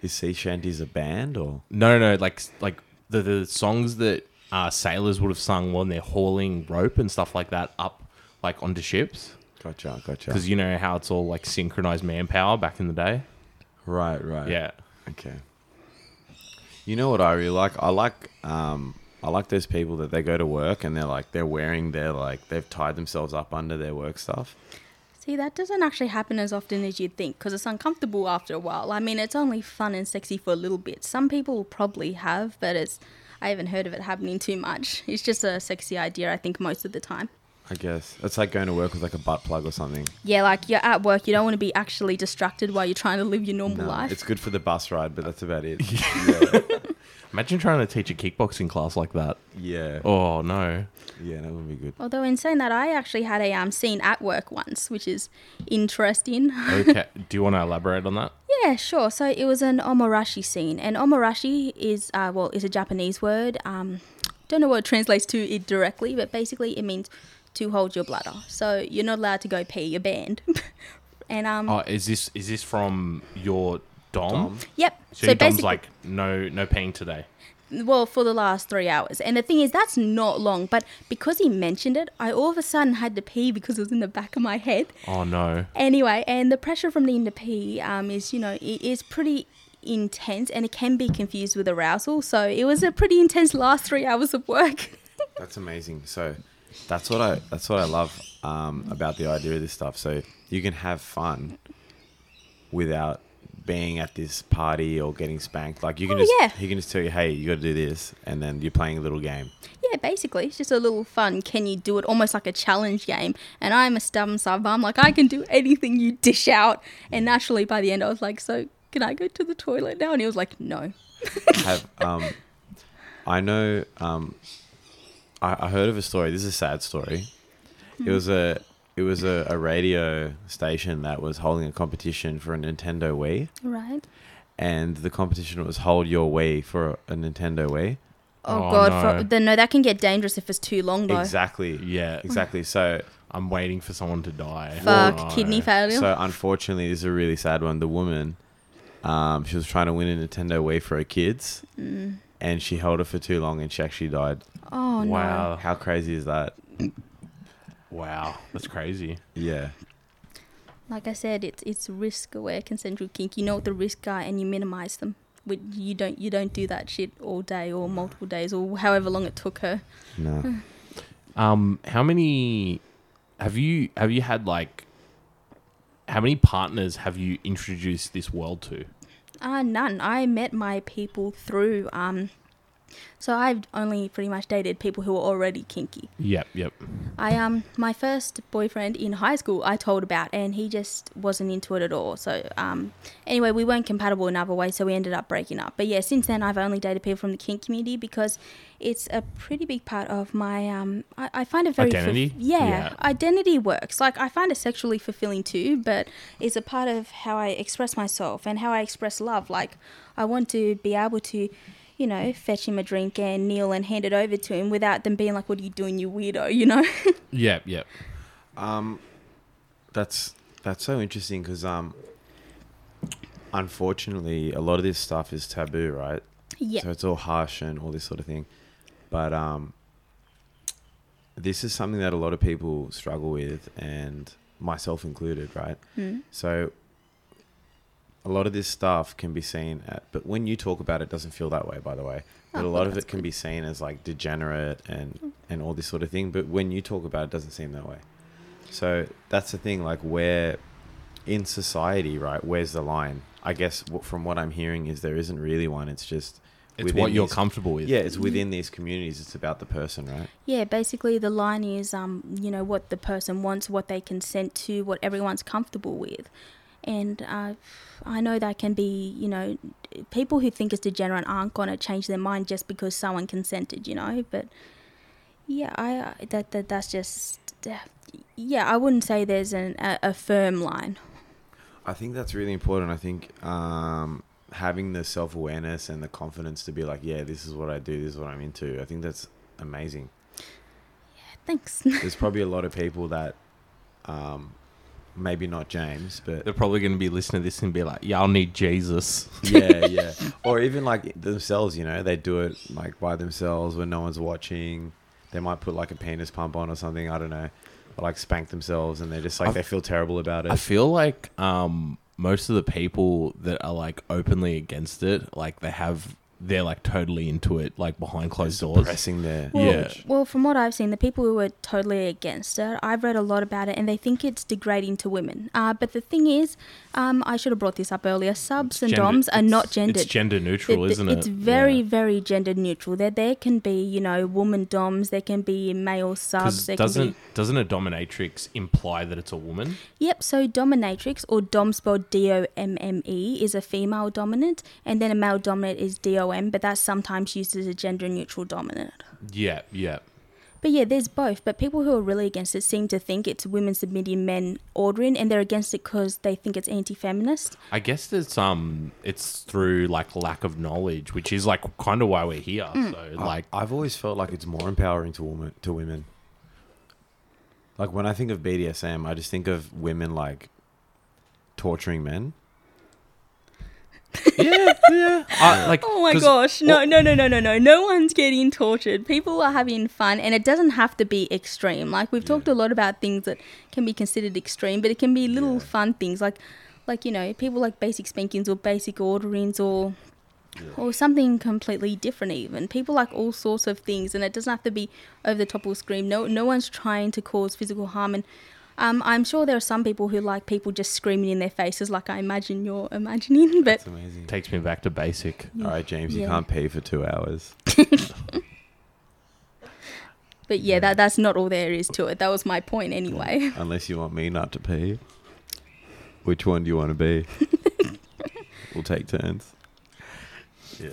A: Is sea shanties a band or?
B: No, no, no, like like the the songs that uh, sailors would have sung when they're hauling rope and stuff like that up like onto ships
A: Gotcha, gotcha.
B: because you know how it's all like synchronized manpower back in the day.
A: Right, right.
B: Yeah.
A: Okay. You know what I really like? I like um I like those people that they go to work and they're like they're wearing their like they've tied themselves up under their work stuff.
C: See, that doesn't actually happen as often as you'd think because it's uncomfortable after a while. I mean, it's only fun and sexy for a little bit. Some people probably have, but it's I haven't heard of it happening too much. It's just a sexy idea, I think, most of the time.
A: I guess it's like going to work with like a butt plug or something.
C: Yeah, like you're at work, you don't want to be actually distracted while you're trying to live your normal
A: No,
C: life.
A: (laughs) It's good for the bus ride, but that's about it.
B: Imagine trying to teach a kickboxing class like that.
A: Yeah.
B: Oh no.
A: Yeah, that would be good.
C: Although in saying that, I actually had a um, scene at work once, which is interesting.
B: Okay. Do you want to elaborate on that?
C: Yeah, sure. So it was an omurashi scene, and omurashi is uh, well is a Japanese word. Um, don't know what it translates to it directly, but basically it means to hold your bladder. So you're not allowed to go pee. You're banned. (laughs) and um,
B: Oh, is this is this from your dom?
A: Dom.
C: yep.
B: So, your dom's like no no peeing today.
C: well for the last three hours. And the thing is, that's not long. But because he mentioned it, I all of a sudden had to pee because it was in the back of my head.
B: Oh no.
C: Anyway, and the pressure from needing to pee um, is, you know, it is pretty intense and it can be confused with arousal. So it was a pretty intense last three hours of work. (laughs)
A: That's amazing. So that's what I that's what I love um, about the idea of this stuff. So you can have fun without being at this party or getting spanked. Like you can
C: Oh,
A: just
C: yeah.
A: he can just tell you, hey, you got to do this, and then you're playing a little game.
C: yeah, basically, it's just a little fun. Can you do it? Almost like a challenge game. And I'm a stubborn sub. I'm like, I can do anything you dish out. And naturally, by the end, I was like, so can I go to the toilet now? And he was like, no.
A: have um, I know um, I, I heard of a story. This is a sad story. It was a it was a, a radio station that was holding a competition for a Nintendo Wii,
C: Right.
A: and the competition was hold your Wii for a Nintendo Wii.
C: Oh,
B: Oh,
C: God.
B: no.
C: For, then, no, that can get dangerous if it's too long, though.
A: Exactly.
B: Yeah.
A: Exactly. So
B: I'm waiting for someone to die.
C: Fuck,
B: Oh,
C: kidney
B: no.
C: failure.
A: so unfortunately, this is a really sad one. The woman, um, she was trying to win a Nintendo Wii for her kids, and she held it for too long, and she actually died.
C: Mm. oh, no.
B: Wow.
A: How crazy is that?
B: Wow. That's crazy.
A: Yeah.
C: Like I said, it's it's risk aware consensual kink. You know what the risks are, and you minimize them. But You don't you don't do that shit all day or multiple days or however long it took her.
A: No.
B: Um, how many have you have you had like how many partners have you introduced this world to?
C: Uh, none. I met my people through um, so I've only pretty much dated people who were already kinky.
B: Yep, yep.
C: I um my first boyfriend in high school I told about and he just wasn't into it at all. So um anyway we weren't compatible in other ways so we ended up breaking up. But yeah, since then I've only dated people from the kink community because it's a pretty big part of my um I, I find it very fulf-
B: Identity?
C: yeah,
B: Yeah.
C: identity works. Like I find it sexually fulfilling too, but it's a part of how I express myself and how I express love. Like I want to be able to you know, fetch him a drink and kneel and hand it over to him without them being like, "What are you doing, you weirdo?" (laughs) You know.
B: Yep, yep.
A: That's that's so interesting because um, unfortunately, a lot of this stuff is taboo, right?
C: Yeah.
A: So it's all harsh and all this sort of thing, but um, this is something that a lot of people struggle with, and myself included, right?
C: Hmm.
A: So a lot of this stuff can be seen, at, but when you talk about it, it doesn't feel that way. By the way, but
C: Oh,
A: a
C: well,
A: lot of
C: that's Hmm.
A: it can be seen as like degenerate and and all this sort of thing. But when you talk about it, it doesn't seem that way. So that's the thing. Like where in society, right? Where's the line? I guess what, from what I'm hearing is there isn't really one. It's just
B: It's
A: within
B: what you're
A: these-
B: comfortable with.
A: Yeah, it's within these communities. It's about the person, right?
C: Yeah, basically the line is um, you know, what the person wants, what they consent to, what everyone's comfortable with. And uh, I know that can be, you know, people who think it's degenerate aren't going to change their mind just because someone consented, you know. But yeah, I uh, that, that that's just yeah, I wouldn't say there's an, a, a firm line.
A: I think that's really important. I think um, having the self awareness and the confidence to be like, yeah, this is what I do. This is what I'm into. I think that's amazing.
C: Thanks. (laughs)
A: There's probably a lot of people that, um, maybe not James, but
B: They're probably gonna be listening to this and be like, Yeah, I'll need Jesus.
A: (laughs) yeah, yeah. Or even like themselves, you know, they do it like by themselves when no one's watching. They might put like a penis pump on or something. I don't know. Or like spank themselves and they're just like,
B: I've-
A: they feel terrible about
B: I
A: it.
B: feel like um, most of the people that are like openly against it, like they have, they're like totally into it, like behind closed doors.
A: Pressing their.
C: Well,
B: Yeah.
C: well, from what I've seen, the people who are totally against it, I've read a lot about it, and they think it's degrading to women. Uh, but the thing is, um, I should have brought this up earlier. Subs and
B: Gender-
C: doms are
B: it's-
C: not gendered.
B: It's gender neutral,
C: It-
B: isn't it?
C: It's very,
B: Yeah.
C: very gender neutral. There, there can be, you know, woman doms. There can be male
B: 'Cause
C: subs. There can
B: doesn't
C: be.
B: doesn't a dominatrix imply that it's a woman?
C: Yep. So dominatrix or dom spelled D O M M E is a female dominant, and then a male dominant is D O OM, but that's sometimes used as a gender neutral dominant.
B: Yeah, yeah.
C: But yeah, there's both. But people who are really against it seem to think it's women submitting men ordering, and they're against it because they think it's anti-feminist.
B: I guess it's um, it's through like lack of knowledge, which is like kind of why we're here.
C: Mm.
B: So like,
A: I, have always felt like it's more empowering to woman to women. Like when I think of BDSM, I just think of women like torturing men.
B: yeah, yeah. I, Ah, like,
C: Oh my
B: 'cause-
C: gosh! No,
B: well,
C: no, no, no, no, no. No one's getting tortured. People are having fun, and it doesn't have to be extreme. Like we've talked a lot about things that can be considered extreme, but it can be little fun things, like, like you know, people like basic spankings or basic orderings or. Or something completely different, even people like all sorts of things, and it doesn't have to be over the top or scream. No, no one's trying to cause physical harm, and um, I'm sure there are some people who like people just screaming in their faces, like I imagine you're imagining. (laughs) But
A: It's amazing.
B: Takes me back to basic.
A: All right, James, you
C: Yeah.
A: can't pee for two hours.
C: But yeah, that that's not all there is to it. That was my point anyway. (laughs)
A: Unless you want me not to pee. Which one do you want to
C: (laughs)
A: be? we'll take turns. Yeah.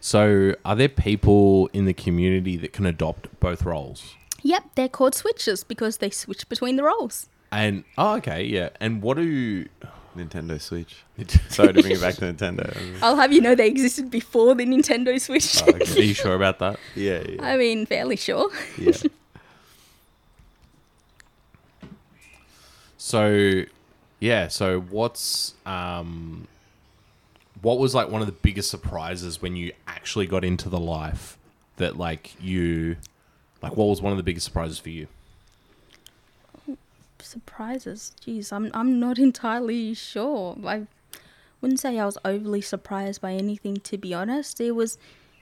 B: So, are there people in the community that can adopt both roles?
C: Yep, they're called switches because they switch between the roles.
B: And oh, okay, yeah. And what do?
A: Nintendo Switch.
B: (laughs)
A: Sorry to bring it back to Nintendo.
C: I'll have you know they existed before the Nintendo Switch.
A: Oh,
B: Are
A: okay.
B: you sure about that?
A: Yeah, yeah,
C: (laughs) I mean, fairly sure. (laughs)
A: yeah.
B: So, yeah. So, what's um, what was like one of the biggest surprises when you actually got into the life that like you, like what was one of the biggest surprises for you?
C: Surprises. Jeez, I'm I'm not entirely sure. I wouldn't say I was overly surprised by anything to be honest. It was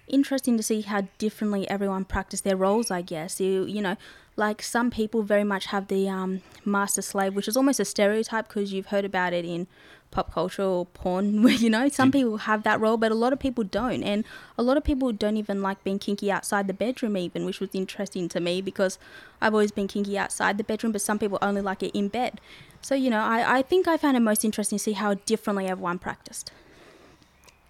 C: interesting to see how differently everyone practiced their roles, I guess. You you know, like some people very much have the um, master slave, which is almost a stereotype because you've heard about it in pop culture or porn (laughs) where you know some people have that role but a lot of people don't and a lot of people don't even like being kinky outside the bedroom even which was interesting to me because i've always been kinky outside the bedroom but some people only like it in bed so you know i, I think i found it most interesting to see how differently everyone practiced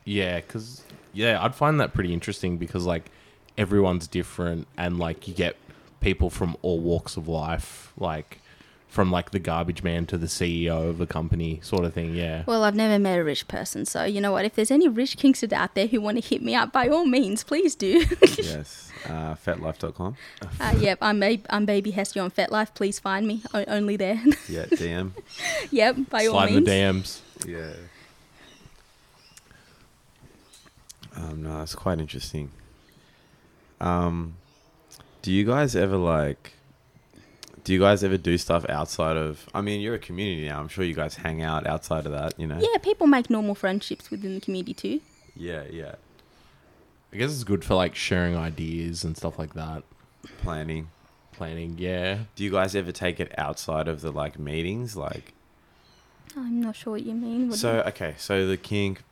B: Yeah, because yeah, I'd find that pretty interesting because like everyone's different, and like you get people from all walks of life, like from like the garbage man to the CEO of a company, sort of thing. Yeah,
C: Well, I've never met a rich person, so you know what? If there's any rich kinksters out there who want to hit me up, by all means, please (laughs) do.
A: yes. Uh, fatlife.com.
C: uh, yep, I'm, ba- I'm Baby Hesty on FetLife. Please find me o- only there. (laughs)
A: Yeah, DM.
C: yep, by all
B: slide in
C: means.
B: the DMs.
A: Yeah. Um, no, that's quite interesting. Um, do you guys ever like? Do you guys ever do stuff outside of? I mean, you're a community now. I'm sure you guys hang out outside of that. You know.
C: Yeah, people make normal friendships within the community too.
A: Yeah, yeah.
B: I guess it's good for like sharing ideas and stuff like that.
A: Planning.
B: Planning, yeah.
A: Do you guys ever take it outside of the like meetings? Like,
C: I'm not sure what you mean. What do
A: so okay, so the kink.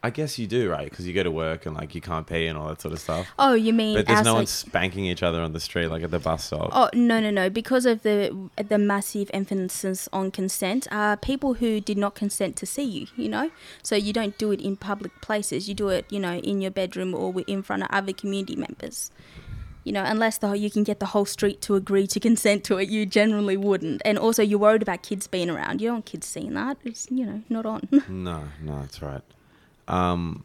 A: I guess you do, right? Because you go to work and like you can't pee and all that sort of stuff.
C: you- oh, you mean
A: But there's no
C: outside-
A: one spanking each other on the street like at the bus stop.
C: Oh no no no! Because of the the massive emphasis on consent, uh, people who did not consent to see you, you know, so you don't do it in public places. You do it, you know, in your bedroom or wi- in front of other community members. You know, unless the whole- you can get the whole street to agree to (laughs) consent to it, you generally wouldn't. And also, you're worried about kids being around. You don't want kids seeing that. It's you know not on. (laughs)
A: No, no, that's right. Um,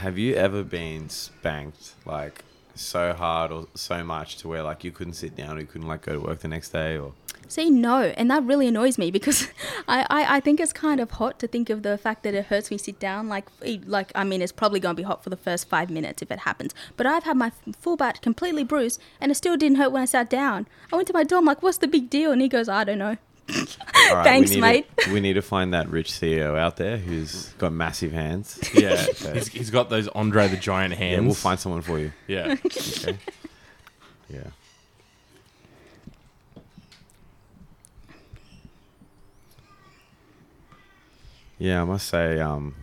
A: have you ever been spanked like so hard or so much to where like you couldn't sit down, or you couldn't like go to work the next day,
C: (laughs)
A: or
C: See, no, and that really annoys me because (laughs) I, I, I think it's kind of hot to think of the fact that it hurts me sit down. Like, e- like I mean, it's probably going to be hot for the first five minutes if it happens. But I've had my f- full butt completely bruised, and it still didn't hurt when I sat down. I went to my dorm like, "What's the big deal?" And he goes, "I don't know."
A: All right,
C: Thanks,
A: we need
C: mate.
A: To, we need to find that rich CEO out there who's got massive hands.
B: Yeah.
A: So-
B: (laughs) he's, he's got those Andre the Giant hands.
A: yeah, we'll find someone for you.
C: (laughs)
B: Yeah.
A: Okay. yeah. Yeah, I must say, um,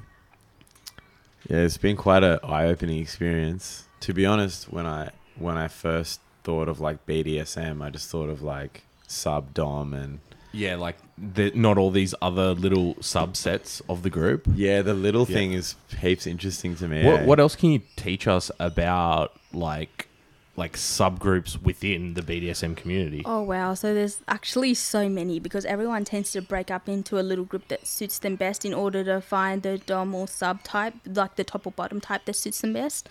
A: yeah, it's been quite a eye-opening experience. To be honest, when I when I first thought of like BDSM, I just thought of like sub dom and
B: yeah, like the, not all these other little subsets of the group.
A: Yeah, the little
B: Yeah.
A: thing is heaps interesting to me. eh?
B: What, what else can you teach us about like like subgroups within the BDSM community?
C: Oh wow! So there's actually so many because everyone tends to break up into a little group that suits them best in order to find the dom or subtype, like the top or bottom type that suits them best.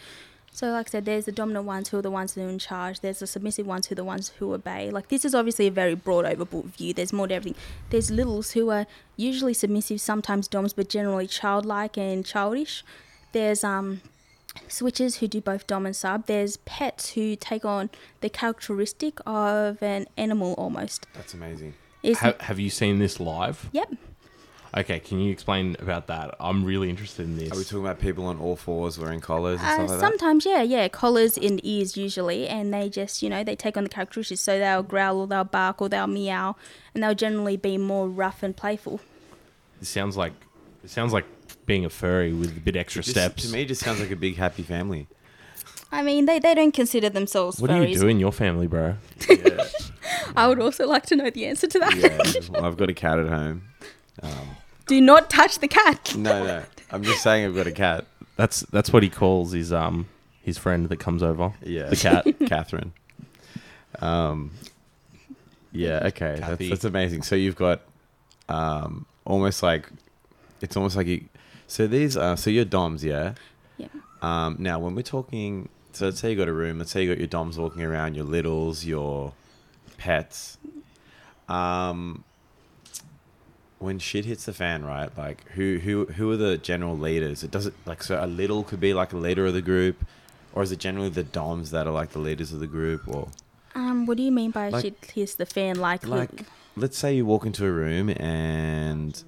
C: So, like I said, there's the dominant ones who are the ones who are in charge. There's the submissive ones who are the ones who obey. Like this is obviously a very broad overboard view. There's more to everything. There's littles who are usually submissive, sometimes doms, but generally childlike and childish. There's um switches who do both dom and sub. There's pets who take on the characteristic of an animal almost.
A: That's amazing.
C: It's,
B: Ha- have you seen this live?
C: yep.
B: Okay, can you explain about that? I'm really interested in
A: Are we
B: this.
A: talking about people on all fours wearing collars and
C: Uh,
A: stuff like that?
C: sometimes, yeah, yeah, collars in ears usually, and they just, you know, they take on the characteristics. So they'll growl or they'll bark or they'll meow, and they'll generally be more rough and playful.
B: This sounds like it sounds like being a furry with a bit extra
A: Just-
B: steps.
A: To me, it just sounds like a big happy family.
C: I mean, they, they don't consider themselves
B: what do
C: furries.
B: you do in your family, bro?
A: Yeah.
C: I would also like to know the answer to that.
A: yeah. (laughs) Well, I've got a cat at home. Um,
C: (laughs) do not touch the cat.
A: no, no. I'm just saying I've got a cat.
B: That's that's what he calls his um his friend that comes over.
A: Yeah.
B: The cat.
A: (laughs) Catherine. Um, yeah, okay. That's,
B: Kathy.
A: that's amazing. So you've got um, almost like, it's almost like you. So these are, so your DOMs, yeah?
C: Yeah.
A: Um, now, when we're talking, so let's say you got a room, let's say you got your DOMs walking around, your littles, your pets. Um, when shit hits the fan, right? Like, who who who are the general leaders? It doesn't like so. A little could be like a leader of the group, or is it generally the DOMs that are like the leaders of the group? Or
C: Um, what do you mean by
A: Like-
C: she hears the fan like?
A: like, let's say you walk into a room and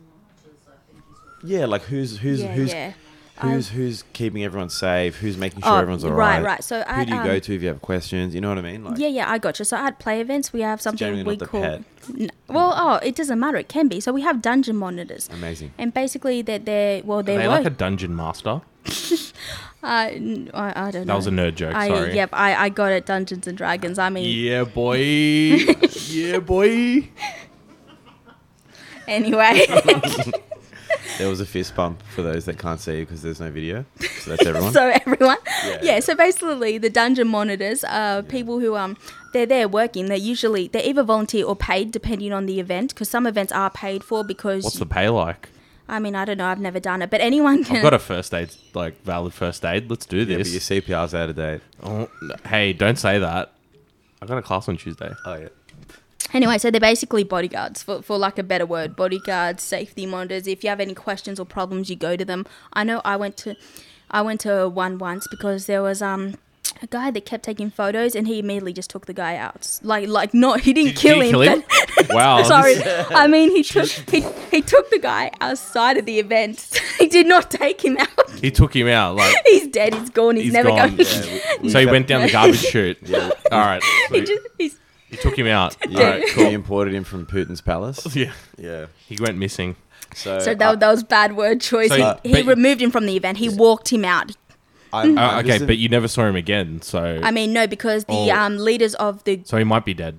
A: yeah, like who's who's
C: yeah,
A: who's
C: yeah. I-
A: Who's who's keeping everyone safe? Who's making sure
C: Oh,
A: everyone's all
C: right,
A: right?
C: right.
A: who
C: So at,
A: do you
C: um,
A: go to if you have questions? You know what I mean? Like,
C: yeah, yeah, I gotcha. So at play events, we have something
A: generally
C: we
A: not the
C: call.
A: pet.
C: N- well, oh, it doesn't matter. It can be. So we have dungeon monitors,
A: amazing.
C: and basically that they're well,
B: Are
C: they
B: they
C: were.
B: like a dungeon master?
C: I, n- I, I don't know.
B: That was a nerd joke.
C: I,
B: sorry.
C: Yep, I, I got it. Dungeons and Dragons. I mean,
B: Yeah,
C: (laughs)
B: boy. yeah, boy. (laughs)
C: anyway.
A: There was a fist bump for those that can't see because there's no video. So
C: (laughs)
A: that's everyone.
C: so everyone
A: Yeah.
C: yeah. so basically the dungeon monitors are people who um they're there working they're usually they're either volunteer or paid depending on the event because some events are paid for because
B: What's the pay like?
C: i mean i don't know i've never done it but anyone can
B: I've got a first aid, like valid first aid. Let's do
A: yeah, but your
B: this.
A: CPR's out of date.
B: Oh, no. hey, don't say that. I got a class on Tuesday.
A: Oh yeah.
C: Anyway, so they're basically bodyguards, for, for lack of a better word, bodyguards, safety monitors. If you have any questions or problems, you go to them. I know I went to, I went to one once because there was um a guy that kept taking photos, and he immediately just took the guy out. Like like not he didn't kill,
B: Did you
C: him.
B: wow.
C: but- (laughs) Sorry,
B: Oh, this-
C: I mean he took he, he took the guy outside of the event. (laughs) he did not take him out. (laughs)
B: he took him out. Like,
C: He's dead. He's gone. He's,
B: He's
C: never
B: gone,
C: going.
A: Yeah,
C: to
A: we- we
B: so he
A: kept-
B: went down the garbage chute. All right.
C: (laughs) he
B: sweet.
C: just he's
B: He took him
C: (laughs)
B: out. All
A: Yeah,
B: right.
A: we
B: Cool.
A: imported him from Putin's
B: (laughs)
A: palace.
B: Yeah.
A: Yeah.
B: He went missing.
A: So,
C: So that, that was bad word choice.
B: uh, So
C: he
B: you-
C: he
B: but you-
C: removed him from the event. He walked him out.
A: I, I'm,
B: Uh,
A: I'm
B: okay,
A: just in-
B: but you never saw him again. So,
C: I mean, no, because the
B: Oh.
C: um, leaders of the (laughs)
B: so he might be dead.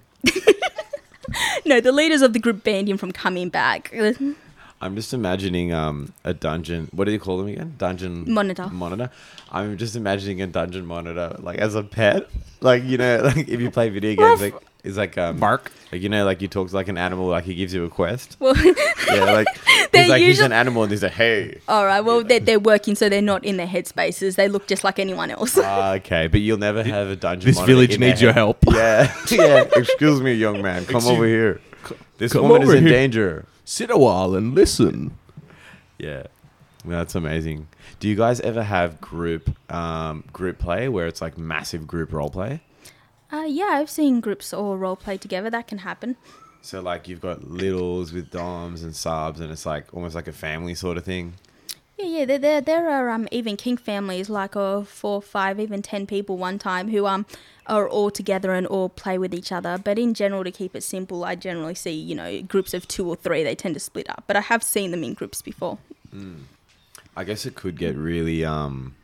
C: no, the leaders of the group banned him from coming back. (laughs)
A: I'm just imagining um a dungeon. What do you call them again? Dungeon
C: Monitor.
A: Monitor. I'm just imagining a dungeon monitor, like as a pet. Like you know, (laughs) like if you play video games, like it's like um
B: Bark.
A: Like you know, like you talk to like an animal, like he gives you a
C: (laughs)
A: quest.
C: Well,
A: Yeah, like he's
C: They're
A: like he's
C: usual-
A: an animal, and he's like, hey.
C: all right. Well, they're, they're working, so they're not in their headspaces. They look just like anyone else. (laughs)
A: Ah, okay, but you'll never have a dungeon.
B: This
A: monitor
B: village
A: in their
B: needs your
A: head.
B: help.
A: Yeah, (laughs) yeah. Excuse me, young man. Come
B: Excuse-
A: over here. This
B: come
A: woman is
B: over
A: in
B: here.
A: danger.
B: Sit a while and listen.
A: Yeah, No, that's amazing. Do you guys ever have group um, group play where it's like massive group role play?
C: Uh, yeah, I've seen groups all role play together. That can happen.
A: So like you've got littles with doms and subs, and it's like almost like a family sort of thing.
C: Yeah, yeah. There, there, there are um, even king families like uh, four, five, even ten people one time who um are all together and all play with each other. But in general, to keep it simple, I generally see you know groups of two or three. They tend to split up, but I have seen them in groups before.
A: I guess it could get really um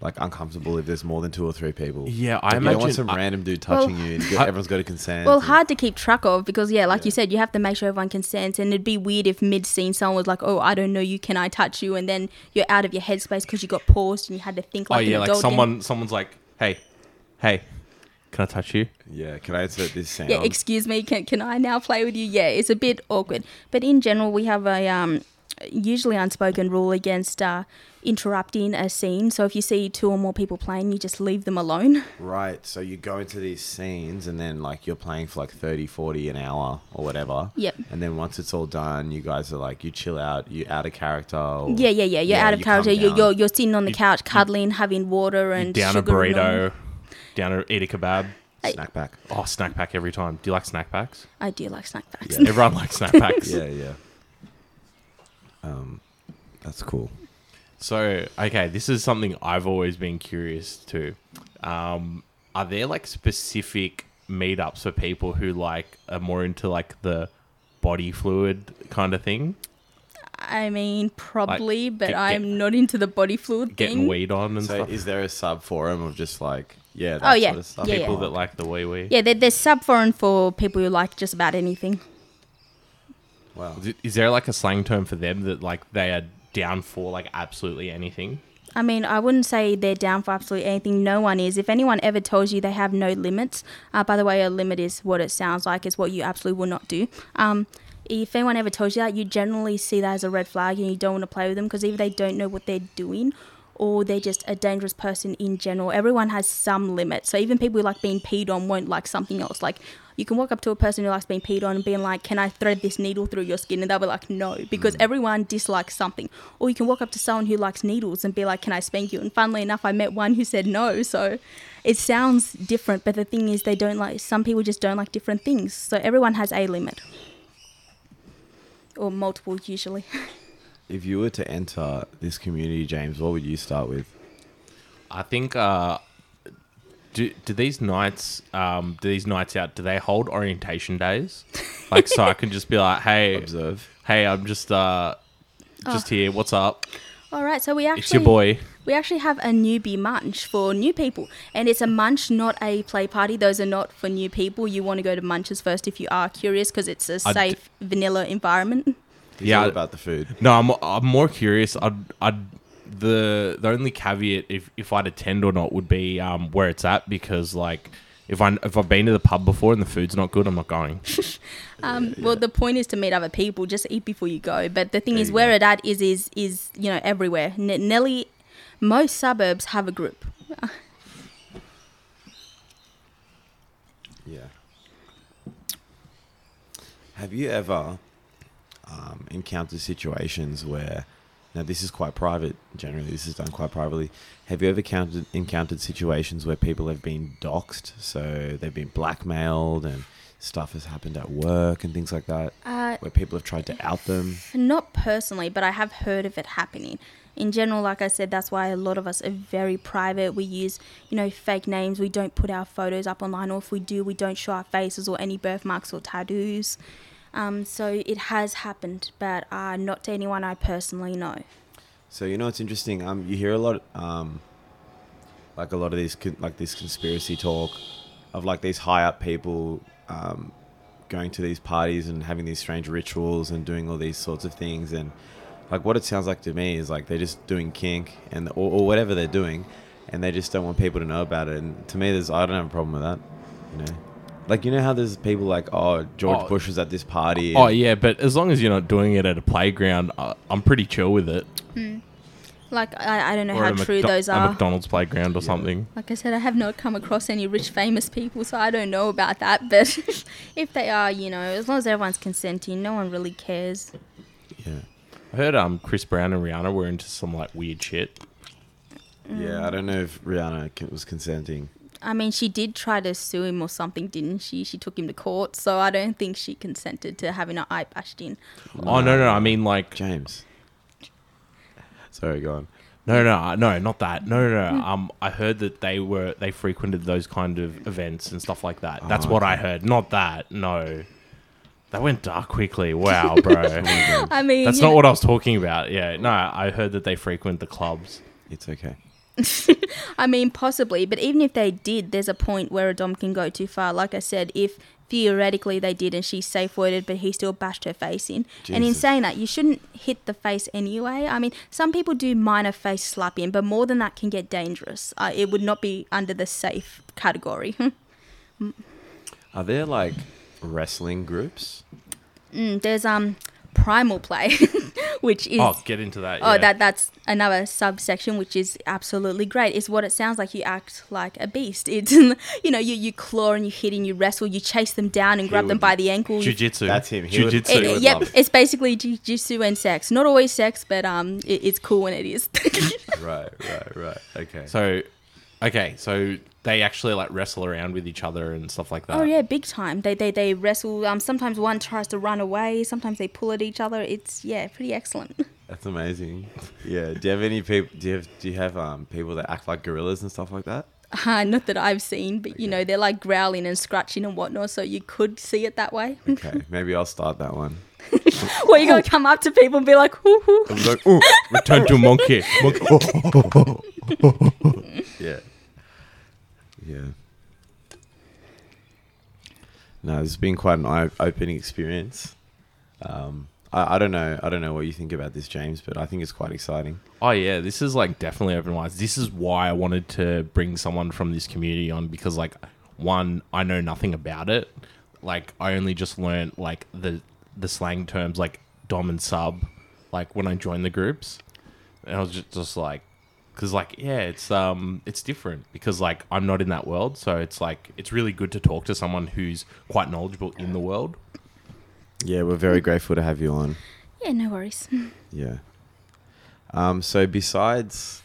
A: like uncomfortable if there's more than two or three people.
B: Yeah,
A: Like,
B: I
A: you don't
B: imagine-
A: want some
B: I-
A: random dude touching you. And you got, everyone's got to consent.
C: Well,
A: and-
C: hard to keep track of because yeah, like you said, you have to make sure everyone consents, and it'd be weird if mid scene someone was like, "Oh, I don't know you, can I touch you?" and then you're out of your headspace because you got paused and you had to think
B: oh
C: like an
B: yeah, like
C: adult.
B: someone, someone's like, hey, hey, can I touch you?
A: Yeah, can I insert this sound?
C: yeah, excuse me, can can I now play with you? Yeah, it's a bit awkward, but in general, we have a um, usually unspoken rule against uh, interrupting a scene. So if you see two or more people playing, you just leave them alone.
A: right, so you go into these scenes and then like you're playing for like 30, 40 an hour or whatever.
C: Yep.
A: And then once it's all done, you guys are like, you chill out, you out of character. Or,
C: Yeah, yeah, yeah. You're out of
A: you calm
C: character. You're,
A: down.
C: you're you're sitting on the couch, cuddling, having water and
B: Down a
C: sugar and all.
B: burrito, down a eat a kebab.
A: Snack back.
B: Oh, snack pack every time. Do you like snack packs? (laughs)
C: I do like snack packs.
A: Yeah.
B: Everyone likes snack packs.
A: Yeah, yeah. Um, That's cool.
B: So, okay, this is something I've always been curious to. Um, are there like specific meetups for people who like are more into like the body fluid kind of thing,
C: I mean, probably, but
B: get- get-
C: I'm not into the body fluid
B: getting
C: thing.
B: weed on and
A: So
B: stuff?
A: is there a sub forum of just like, yeah, that
C: Oh, yeah.
A: sort of stuff?
C: Yeah,
B: people that like the wee wee.
C: Yeah, there, there's sub foreign for people who like just about anything.
A: Wow.
B: Is- Is there like a slang term for them that like they are down for like absolutely anything?
C: I mean, I wouldn't say they're down for absolutely anything. No one is. If anyone ever tells you they have no limits, uh, by the way, a limit is what it sounds like, is what you absolutely will not do. Um, if anyone ever tells you that, you generally see that as a red flag and you don't want to play with them because either they don't know what they're doing or they're just a dangerous person in general. Everyone has some limit. So even people who like being peed on won't like something else. Like, you can walk up to a person who likes being peed on and being like, Can I thread this needle through your skin? And they'll be like, No, because
B: Mm.
C: everyone dislikes something. Or you can walk up to someone who likes needles and be like, Can I spank you? And funnily enough, I met one who said no. So it sounds different, but the thing is, they don't like, some people just don't like different things. So everyone has a limit. Or multiple, usually. (laughs)
A: If you were to enter this community, James, what would you start with?
B: I think uh, do do these nights um, do these nights out do they hold orientation days? Like so I can just be like, hey,
A: Observe.
B: hey, I'm just uh, just here. What's up?
C: All right, so we Oh. actually.
B: It's your boy.
C: We actually have a newbie munch for new people, and it's a munch, not a play party. Those are not for new people. You want to go to munches first if you are curious, because it's a
B: I d-
C: safe vanilla environment.
A: He's
B: Yeah.
A: all about the food.
B: No, I'm I'm more curious. I'd I'd the the only caveat if if I'd attend or not would be um, where it's at because like. If, I, if I've been to the pub before and the food's not good, I'm not going.
C: Um, Well, the point is to meet other people. Just eat before you go. But the thing
A: There
C: is,
A: you
C: where
A: go.
C: it at is is is you know everywhere. N- Nelly, most suburbs have a group.
A: Yeah. Have you ever um, encountered situations where, now this is quite private, generally, this is done quite privately. Have you ever encountered, encountered situations where people have been doxxed? So they've been blackmailed and stuff has happened at work and things like that,
C: Uh,
A: where people have tried to out them?
C: Not personally, but I have heard of it happening. In general, like I said, that's why a lot of us are very private. We use, you know, fake names. We don't put our photos up online, or if we do, we don't show our faces or any birthmarks or tattoos. Um, so it has happened, but uh, not to anyone I personally know.
A: So you know it's interesting. Um, you hear a lot, um, like a lot of these con- like this conspiracy talk of like these high up people um, going to these parties and having these strange rituals and doing all these sorts of things and like what it sounds like to me is like they're just doing kink and or, or whatever they're doing and they just don't want people to know about it. And to me, there's I don't have a problem with that. You know, like you know how there's people like oh George
B: Oh.
A: Bush was at this party.
B: Oh
A: and-
B: yeah, but as long as you're not doing it at a playground, I, I'm pretty chill with it.
C: Like I, I don't know
B: Or
C: how
B: at a
C: true
B: McDo-
C: those
B: a
C: are.
B: McDonald's playground or something.
C: Like I said, I have not come across any rich, famous people, so I don't know about that. But (laughs) if they are, you know, as long as everyone's consenting, no one really cares.
A: yeah.
B: I heard um Chris Brown and Rihanna were into some like weird shit.
A: Yeah, I don't know if Rihanna c- was consenting.
C: I mean, she did try to sue him or something, didn't she? She took him to court, so I don't think she consented to having her eye bashed in.
B: Oh no no, I mean like
A: James. (laughs) Sorry, go on.
B: no no no not that no no,
C: Hmm.
B: no. um I heard that they were they frequented those kind of events and stuff like that. That's
A: Oh,
B: what I heard. Not that no, that went dark quickly.
C: (laughs)
B: Wow, bro.
C: I mean,
B: That's
C: you
B: not
C: know-
B: what I was talking about. Yeah, no, I heard that they frequent the clubs.
A: It's okay.
C: I mean, possibly, but even if they did, there's a point where a dom can go too far. Like I said, if theoretically they did and she safe worded, but he still bashed her face in. And in
A: Jesus.
C: saying that, you shouldn't hit the face anyway. I mean, some people do minor face slap in, but more than that can get dangerous. Uh, it would not be under the safe category. (laughs)
A: Are there like wrestling (laughs) groups?
C: Mm, there's um primal play, (laughs) which is
B: Oh, get into that.
C: Oh,
B: yeah.
C: that that's another subsection which is absolutely great. It's what it sounds like. You act like a beast. It's (laughs) you know you you claw and you hit and you wrestle. You chase them down and grab them
A: would-
C: by the ankle. You-
B: Jiu-jitsu.
A: That's him. He would-
B: Jiu-jitsu.
A: so you
C: It,
A: would
C: yep,
A: love it.
C: it's basically jujitsu and sex. Not always sex, but um, it, it's cool when it is. (laughs)
A: right, right, right. Okay.
B: So, okay, so they actually like wrestle around with each other and stuff like that.
C: oh yeah, big time. They they they wrestle. Um, sometimes one tries to run away. Sometimes they pull at each other. It's yeah, pretty excellent. (laughs)
A: That's amazing. Yeah. Do you have any people? Do you have do you have um people that act like gorillas and stuff like (laughs) that?
C: Uh, not that I've seen, but you know they're like growling and scratching and whatnot. So you could see it that way. (laughs)
A: Okay. Maybe I'll start that one.
C: Well, you're gonna come up to people and be like, "Hoo hoo."
A: Like, "Ooh."
B: Return to
C: (laughs)
B: monkey. monkey.
A: yeah. Yeah. No, this has been quite an eye-opening experience. Um, I, I don't know. I don't know what you think about this, James, but I think it's quite exciting.
B: Oh yeah, this is like definitely open wise. This is why I wanted to bring someone from this community on because like one, I know nothing about it. Like I only just learned like the the slang terms like dom and sub, like when I joined the groups, and I was just, just like, because like yeah, it's um it's different because like I'm not in that world, so it's like it's really good to talk to someone who's quite knowledgeable in the world.
A: Yeah, we're very grateful to have you on.
C: Yeah, no worries. (laughs)
A: Yeah. Um, so besides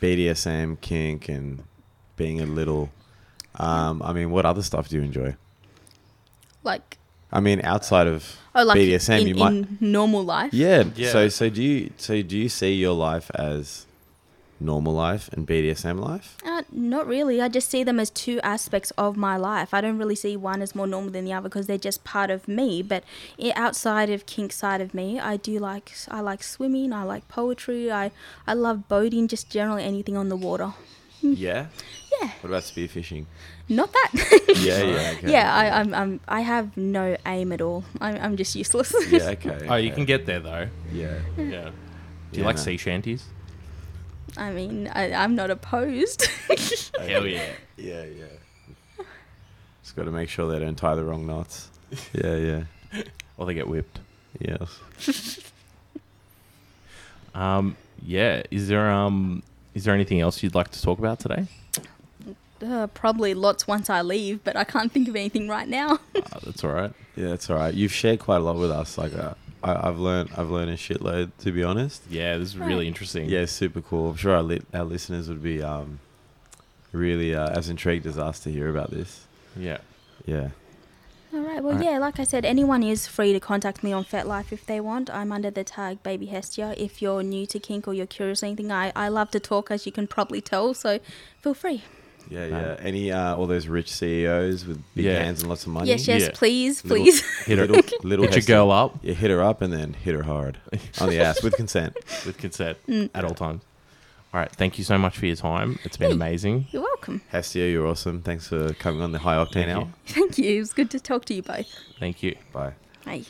A: BDSM, kink, and being a little, um, I mean, what other stuff do you enjoy?
C: Like,
A: I mean, outside of
C: oh, like
A: BDSM,
C: in,
A: you might.
C: in normal life.
A: yeah.
B: Yeah.
A: So, so do you? So, do you see your life as normal life and BDSM life?
C: Uh, not really. I just see them as two aspects of my life. I don't really see one as more normal than the other because they're just part of me. But i- outside of kink side of me, I do like I like swimming. I like poetry. I I love boating. Just generally anything on the water.
A: yeah.
C: Hmm. Yeah.
A: What about spearfishing?
C: Not that.
A: (laughs)
C: (laughs)
A: Yeah, yeah, okay.
C: Yeah, I, I'm, I'm, I have no aim at all. I'm, I'm just useless.
A: Yeah. Okay. (laughs) okay.
B: Oh, you can get there though.
A: Yeah.
B: Yeah. Do you
A: Yeah,
B: like
A: no.
B: sea shanties?
C: (laughs) I mean, I, I'm not opposed. (laughs)
B: Hell yeah.
A: Yeah, yeah. Just got to make sure they don't tie the wrong knots. (laughs) Yeah, yeah.
B: Or they get whipped.
A: Yes.
B: Um, yeah. Is there um is there anything else you'd like to talk about (laughs) today?
C: Uh, probably lots once I leave, but I can't think of anything right now.
B: Uh, that's all right.
A: Yeah, that's all right. You've shared quite a lot with us. Like, uh, I, I've learned, I've learned a shitload, to be honest.
B: Yeah, this is
C: Right.
B: really interesting.
A: Yeah, it's super cool. I'm sure our, li- our listeners would be um, really uh, as intrigued as us to hear about this.
B: Yeah.
A: Yeah.
C: All right. Well,
B: All right.
C: yeah. Like I said, anyone is free to contact me on FetLife if they want. I'm under the tag Baby Hestia. If you're new to kink or you're curious or anything, I, I love to talk, as you can probably tell. So, feel free.
A: Yeah,
B: Um,
A: yeah. Any, uh, all those rich CEOs with big
B: Yeah.
A: hands and lots of money.
C: Yes, yes.
B: Yeah.
C: Please,
A: Little-
C: please.
B: (laughs)
A: Hit her,
B: Hit
A: little, little
B: your
A: Hester.
B: girl up
A: Yeah, hit her up and then hit her hard on the ass with (laughs) consent.
B: with consent
C: Mm.
B: at all times. All right. Thank you so much for your time. It's been
C: Hey.
B: amazing.
C: you're welcome. (laughs)
A: Hestia, you're awesome. Thanks for coming on the high octane
B: Thank you.
A: hour.
C: Thank you. It was good to talk to you both.
B: Thank you.
A: Bye.
C: Hey.